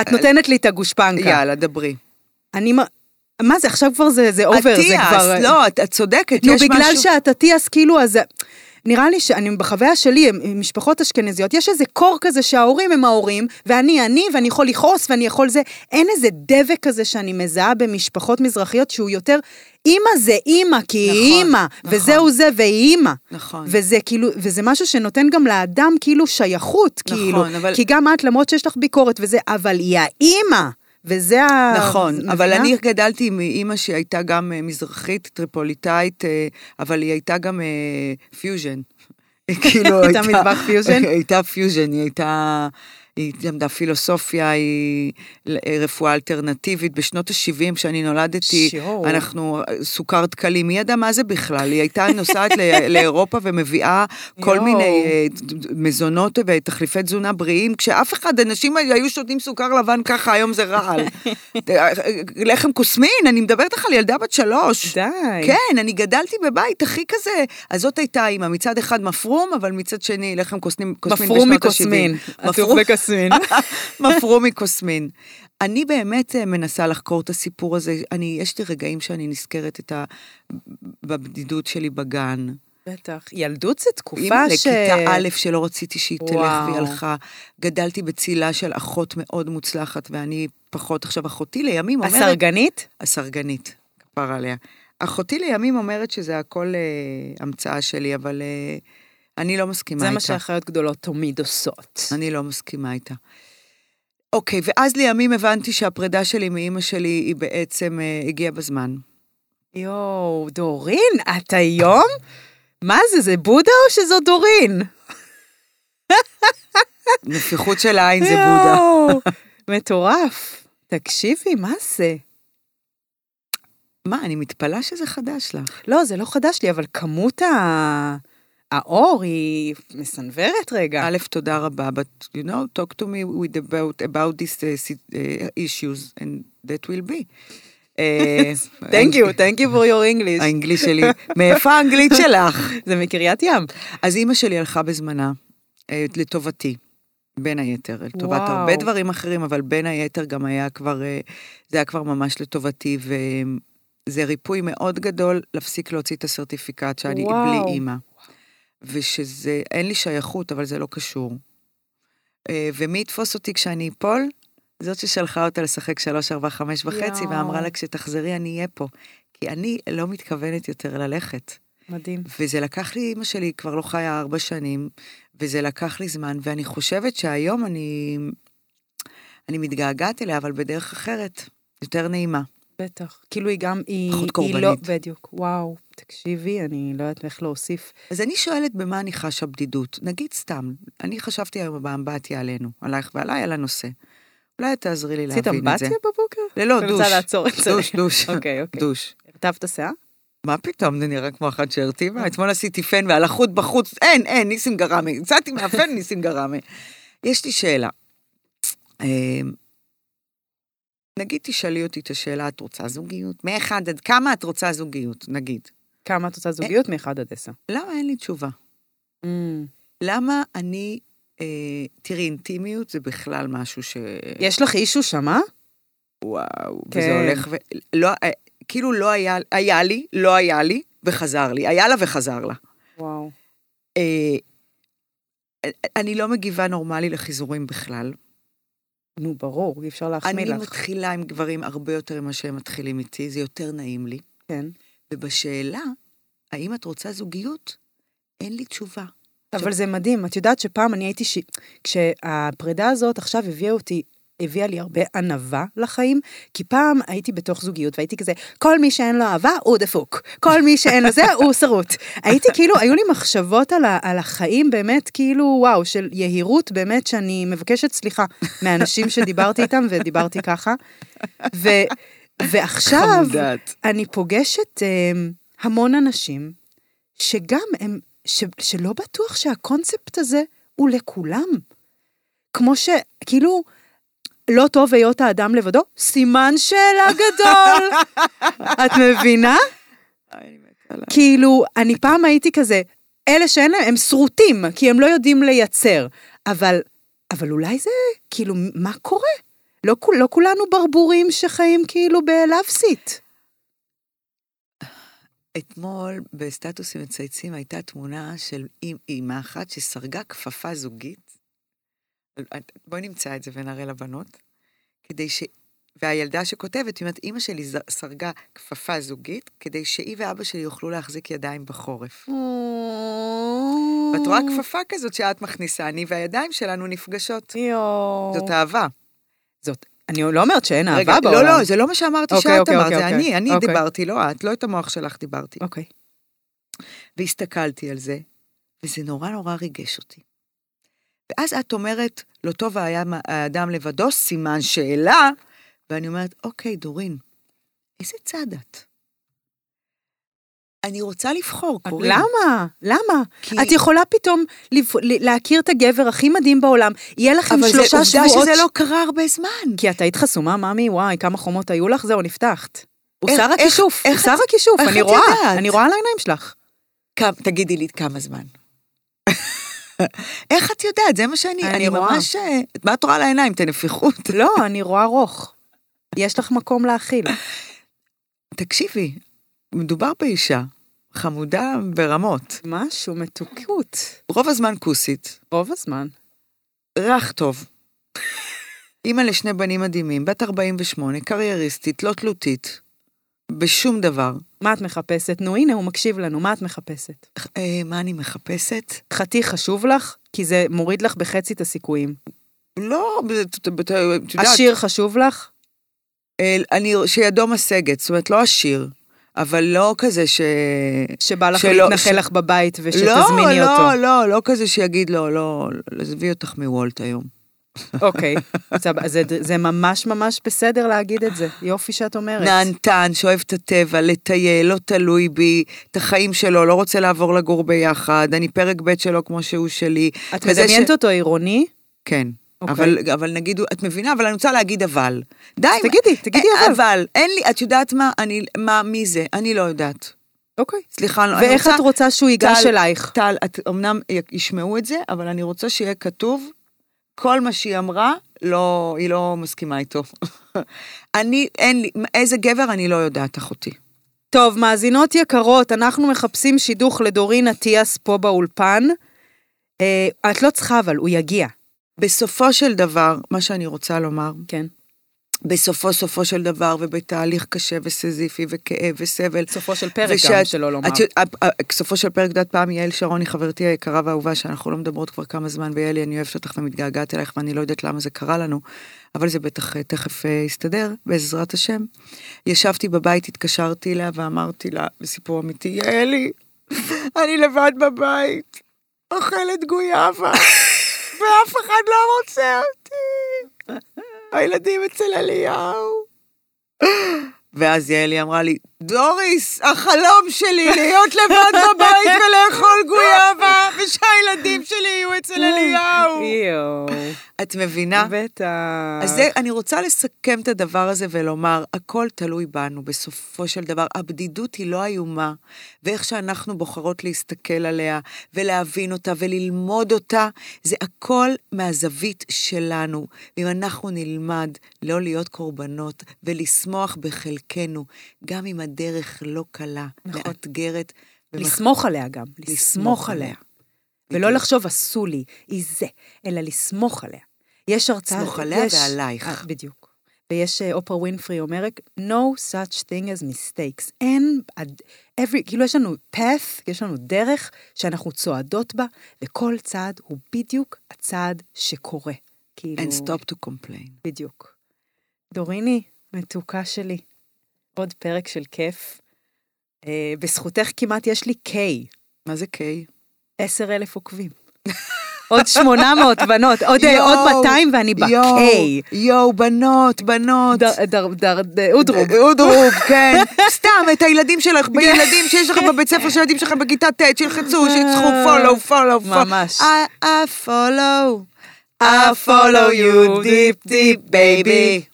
את נותנת לי את הגושפנקה.
יאללה, דברי.
אני... מ- מה זה, עכשיו כבר זה זה אובר, זה
אטיאס,
כבר...
לא, את, את צודקת,
נו,
יש משהו...
בגלל שאת אטיאס, כאילו, אז... נראה לי שאני, בחוויה שלי, הם- הם משפחות אשכנזיות, יש איזה קור כזה שההורים הם ההורים, ואני אני, ואני יכול לכעוס, ואני יכול זה. אין איזה דבק כזה שאני מזהה במשפחות מזרחיות, שהוא יותר, אימא זה אימא, כי היא
נכון,
אימא,
נכון.
וזהו זה, והיא אימא.
נכון.
וזה כאילו, וזה משהו שנותן גם לאדם כאילו שייכות,
נכון,
כאילו.
אבל-
כי גם את, למרות שיש לך ביקורת וזה, אבל היא האימא, וזה ה...
נכון, אבל
מבינה?
אני גדלתי עם אימא שהייתה גם אה, מזרחית, טריפוליטאית, אה, אבל היא הייתה גם אה, פיוז'ן. היא כאילו
הייתה מטבח פיוז'ן?
היא הייתה פיוז'ן, היא הייתה... היא למדה פילוסופיה, היא ל- אה, רפואה אלטרנטיבית. בשנות ה-70, כשאני נולדתי,
שיו.
אנחנו אה, סוכר דקלים. מי ידע מה זה בכלל? היא הייתה נוסעת ל- לאירופה ומביאה כל
יואו.
מיני אה, ד- ד- מזונות ותחליפי תזונה בריאים, כשאף אחד, אנשים היו שותים סוכר לבן ככה, היום זה רעל. לחם כוסמין, אני מדברת לך על ילדה בת שלוש.
די.
כן, אני גדלתי בבית הכי כזה. אז זאת הייתה אימא, מצד אחד מפרום, אבל מצד שני לחם כוסמין, כוסמין
מפרום
בשנות ה-70.
מכוסמין. עטוף
מפרום-
מקוסמין.
מפרומי קוסמין. אני באמת אה, מנסה לחקור את הסיפור הזה. אני, יש לי רגעים שאני נזכרת את ה... בבדידות שלי בגן.
בטח. ילדות זה תקופה
אימא
ש...
לכיתה א' שלא רציתי שהיא תלך
וואו.
והיא הלכה. גדלתי בצילה של אחות מאוד מוצלחת, ואני פחות. עכשיו, אחותי לימים אומרת...
הסרגנית?
הסרגנית, כפר עליה. אחותי לימים אומרת שזה הכל אה, המצאה שלי, אבל אה, אני לא מסכימה
זה
איתה.
מה שאחיות גדולות תמיד עושות.
אני לא מסכימה איתה. אוקיי, ואז לימים הבנתי שהפרידה שלי מאימא שלי היא בעצם אה, הגיעה בזמן.
יואו, דורין, את היום? מה זה, זה בודה או שזו דורין?
נפיחות של העין זה בודה.
יואו, מטורף. תקשיבי, מה זה?
מה, אני מתפלאה שזה חדש לך.
לא, זה לא חדש לי, אבל כמות ה... האור היא מסנוורת רגע.
א', תודה רבה, but you know, talk to me with about, about this uh, sit- uh, issues, and that will be. אה,
Thank you, thank you for your English.
האנגלית שלי, מאיפה האנגלית שלך?
זה מקריית ים.
אז אימא שלי הלכה בזמנה, אה, לטובתי, בין היתר, לטובת
וואו.
הרבה דברים אחרים, אבל בין היתר גם היה כבר, אה, זה היה כבר ממש לטובתי, וזה ריפוי מאוד גדול להפסיק להוציא את הסרטיפיקט שאני
וואו.
בלי אימא. ושזה, אין לי שייכות, אבל זה לא קשור. אה, ומי יתפוס אותי כשאני אפול? זאת ששלחה אותה לשחק שלוש, ארבע, חמש וחצי,
יואו.
ואמרה לה, כשתחזרי אני אהיה פה. כי אני לא מתכוונת יותר ללכת.
מדהים.
וזה לקח לי, אימא שלי כבר לא חיה ארבע שנים, וזה לקח לי זמן, ואני חושבת שהיום אני, אני מתגעגעת אליה, אבל בדרך אחרת, יותר נעימה.
בטח. כאילו היא גם, היא,
אחות
היא לא,
קורבנית.
בדיוק. וואו, תקשיבי, אני לא יודעת איך להוסיף.
אז אני שואלת במה אני חשה בדידות. נגיד סתם, אני חשבתי היום באמבטיה עלינו, עלייך ועליי, על הנושא. אולי את תעזרי לי
עשית
להבין את זה.
אמבטיה בבוקר?
ללא,
אני
דוש.
רוצה לעצור את זה.
דוש, דוש.
אוקיי, אוקיי.
דוש.
הרטבת שיער?
מה פתאום, זה נראה כמו אחת שהרטיבה? אתמול עשיתי פן ועל החוט בחוץ, אין, אין, ניסים גראמה. יצאתי מהפן, ניסים גראמה. יש לי שאלה. אמ, נגיד תשאלי אותי את השאלה, את רוצה זוגיות? מאחד עד כמה את רוצה זוגיות, נגיד.
כמה את רוצה
אה.
זוגיות? מ-1 עד 10.
למה אין לי תשובה? אה. למה אני... אה, תראי, אינטימיות זה בכלל משהו ש...
יש לך אישו שם, אה?
וואו,
כן.
וזה הולך ו... לא, אה, כאילו לא היה, היה לי, לא היה לי, וחזר לי. היה לה וחזר לה.
וואו.
אה, אני לא מגיבה נורמלי לחיזורים בכלל.
נו, ברור, אי אפשר
אני
להחמיא לך.
מתחילה עם גברים הרבה יותר ממה שהם מתחילים איתי, זה יותר נעים לי.
כן.
ובשאלה, האם את רוצה זוגיות? אין לי תשובה.
אבל זה מדהים, את יודעת שפעם אני הייתי ש... כשהפרידה הזאת עכשיו הביאה אותי... הביאה לי הרבה ענווה לחיים, כי פעם הייתי בתוך זוגיות והייתי כזה, כל מי שאין לו אהבה הוא דפוק, כל מי שאין לו זה הוא שרוט. הייתי כאילו, היו לי מחשבות על, ה, על החיים באמת כאילו, וואו, של יהירות באמת שאני מבקשת סליחה מאנשים שדיברתי איתם ודיברתי ככה. ו, ועכשיו,
חמודת.
אני פוגשת אמ, המון אנשים שגם הם, ש, שלא בטוח שהקונספט הזה הוא לכולם. כמו שכאילו, לא טוב היות האדם לבדו, סימן שאלה גדול. את מבינה? כאילו, אני פעם הייתי כזה, אלה שאין להם, הם שרוטים, כי הם לא יודעים לייצר. אבל, אבל אולי זה, כאילו, מה קורה? לא, כול- לא כולנו ברבורים שחיים כאילו בלאפסיט.
אתמול בסטטוסים מצייצים הייתה תמונה של אימ- אימא אחת שסרגה כפפה זוגית. בואי נמצא את זה ונראה לבנות. כדי ש... והילדה שכותבת, היא אומרת, אימא שלי ז- סרגה כפפה זוגית כדי שהיא ואבא שלי יוכלו להחזיק ידיים בחורף. ואת רואה כפפה כזאת שאת מכניסה, אני והידיים שלנו נפגשות.
יואו.
זאת אהבה.
זאת, אני לא אומרת שאין אהבה
רגע,
בעולם.
לא, לא, זה לא מה שאמרתי
אוקיי,
שאת
אוקיי,
אמרת,
אוקיי,
זה
אוקיי.
אני, אני
אוקיי.
דיברתי, לא את, לא את המוח שלך דיברתי.
אוקיי.
והסתכלתי על זה, וזה נורא נורא ריגש אותי. ואז את אומרת, לא טוב היה מה- האדם לבדו, סימן שאלה, ואני אומרת, אוקיי, דורין, איזה צד את? אני רוצה לבחור, קורין.
למה? למה?
אוקיי. כי-
את יכולה פתאום לבח- ל- להכיר את הגבר הכי מדהים בעולם, יהיה לכם
אבל זה
שלושה
עובדה
שבועות...
שזה
ש-
לא קרה הרבה זמן.
כי את היית חסומה, מאמי, וואי, כמה חומות היו לך, זהו, נפתחת. הוא
איך-
שר
איך-
הכישוף, הוא
איך
שר
את-
הכישוף,
איך
אני
את
רואה,
יודעת?
אני רואה על העיניים שלך.
כמה- תגידי לי כמה זמן. איך את יודעת? זה מה שאני,
אני
אני,
רואה.
ממש... אה, מה את רואה על העיניים? את הנפיחות.
לא, אני רואה ארוך. יש לך מקום להכיל.
תקשיבי, מדובר באישה חמודה ברמות.
משהו, מתוקות.
רוב הזמן כוסית,
רוב הזמן.
ריח טוב. אימא לשני בנים מדהימים, בת 48, קרייריסטית, לא תלותית, בשום דבר.
מה את מחפשת? נו, הנה, הוא מקשיב לנו, מה את מחפשת?
אה, מה אני מחפשת?
חתיך חשוב לך? כי זה מוריד לך בחצי את הסיכויים.
לא, את את- את יודעת,
השיר חשוב לך?
אה, אני, שידו משגת, זאת אומרת, לא עשיר, אבל לא כזה ש...
שבא לך
שלא-
להתנחל
ש-
לך בבית ושתזמיני
לא,
אותו.
לא, לא, לא כזה שיגיד לו, לא, לא, עזבי אותך מוולט היום. לא.
אוקיי, סבבה, זה- זה ממש ממש בסדר להגיד את זה. יופי שאת אומרת.
נענתן, שאוהב את הטבע, לטייל, לא תלוי בי, את החיים שלו, לא רוצה לעבור לגור ביחד, אני פרק ב' שלו כמו שהוא שלי.
את
כזה
מדמיינת
ש-
אותו עירוני?
כן.
אוקיי.
אבל, אבל נגיד, את מבינה, אבל אני רוצה להגיד אבל. די. מה-
תגידי, תגידי
אה,
אבל.
אבל, אין לי, את יודעת מה, אני, מה, מי זה? אני לא יודעת.
אוקיי.
סליחה, אני רוצה...
ואיך את רוצה שהוא ייגש
טל,
אלייך?
טל, את אמנם ישמעו את זה, אבל אני רוצה שיהיה כתוב, כל מה שהיא אמרה, לא, היא לא מסכימה איתו. אני, אין לי, איזה גבר אני לא יודעת, אחותי.
טוב, מאזינות יקרות, אנחנו מחפשים שידוך לדורין אטיאס פה באולפן. אה, את לא צריכה, אבל הוא יגיע.
בסופו של דבר, מה שאני רוצה לומר,
כן.
בסופו סופו של דבר, ובתהליך קשה וסזיפי וכאב וסבל.
סופו של פרק
ושאת-
גם, שלא לומר.
את, יודעת, אה, אה, סופו של פרק, את יודעת, פעם יעל שרון היא חברתי היקרה והאהובה, שאנחנו לא מדברות כבר כמה זמן, ויעלי, אני אוהבת אותך ומתגעגעת אלייך, ואני לא יודעת למה זה קרה לנו, אבל זה בטח אה, תכף אה, יסתדר, בעזרת השם. ישבתי בבית, התקשרתי אליה ואמרתי לה, בסיפור אמיתי, יעלי, אני לבד בבית, אוכלת גויאבה, ואף אחד לא רוצה אותי. הילדים אצל אליהו. ואז יעלי אמרה לי, דוריס, החלום שלי להיות לבד בבית ולאכול גויאבה, ושהילדים שלי יהיו אצל אליהו.
יואו.
את מבינה?
בטח.
אה? אז זה, אני רוצה לסכם את הדבר הזה ולומר, הכל תלוי בנו בסופו של דבר. הבדידות היא לא איומה, ואיך שאנחנו בוחרות להסתכל עליה, ולהבין אותה, וללמוד אותה, זה הכל מהזווית שלנו. אם אנחנו נלמד לא להיות קורבנות, ולשמוח בחלקנו, גם אם הדרך לא קלה,
נכון.
מאתגרת.
לסמוך עליה גם. לסמוך עליה. ולא
בדיוק.
לחשוב עשו לי, היא זה, אלא לסמוך עליה. יש הרצאה...
לסמוך עליה
יש-
ועלייך.
אה, בדיוק. ויש אה, אופרה ווינפרי אומרת, no such thing as mistakes. אין, עד- every, כאילו יש לנו path, יש לנו דרך שאנחנו צועדות בה, וכל צעד הוא בדיוק הצעד שקורה. כאילו...
And stop to complain.
בדיוק. דוריני, מתוקה שלי, עוד פרק של כיף. אה, בזכותך כמעט יש לי K.
מה זה קיי?
עשר אלף עוקבים. עוד 800 בנות, עוד, אה,
יואו,
עוד 200 ואני
יואו,
בקיי.
יואו, בנות, בנות.
דר, דר, דר, דר, אודרוב.
אודרוב, כן. סתם, את הילדים שלך, בילדים שיש לך בבית ספר, שהילדים שלך בכיתה ט', שילחצו, שיצחו פולו, פולו, פולו.
ממש.
I, I follow, I follow you deep deep baby.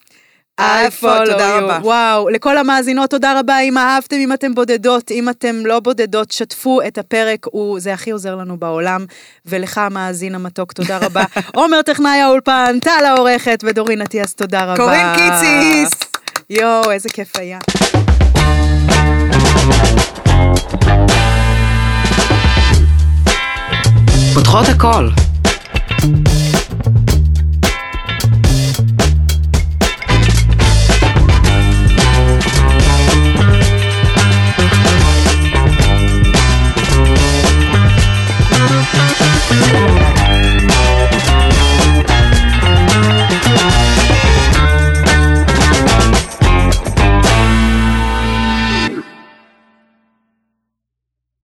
I follow תודה
you.
רבה.
וואו, לכל המאזינות, תודה רבה. אם אהבתם, אם אתם בודדות, אם אתם לא בודדות, שתפו את הפרק, הוא, זה הכי עוזר לנו בעולם. ולך, המאזין המתוק, תודה רבה. עומר טכנאי האולפן, טל העורכת ודורין אטיאס, תודה רבה.
קוראים קיציס.
יואו, איזה כיף היה.
פותחות הכל.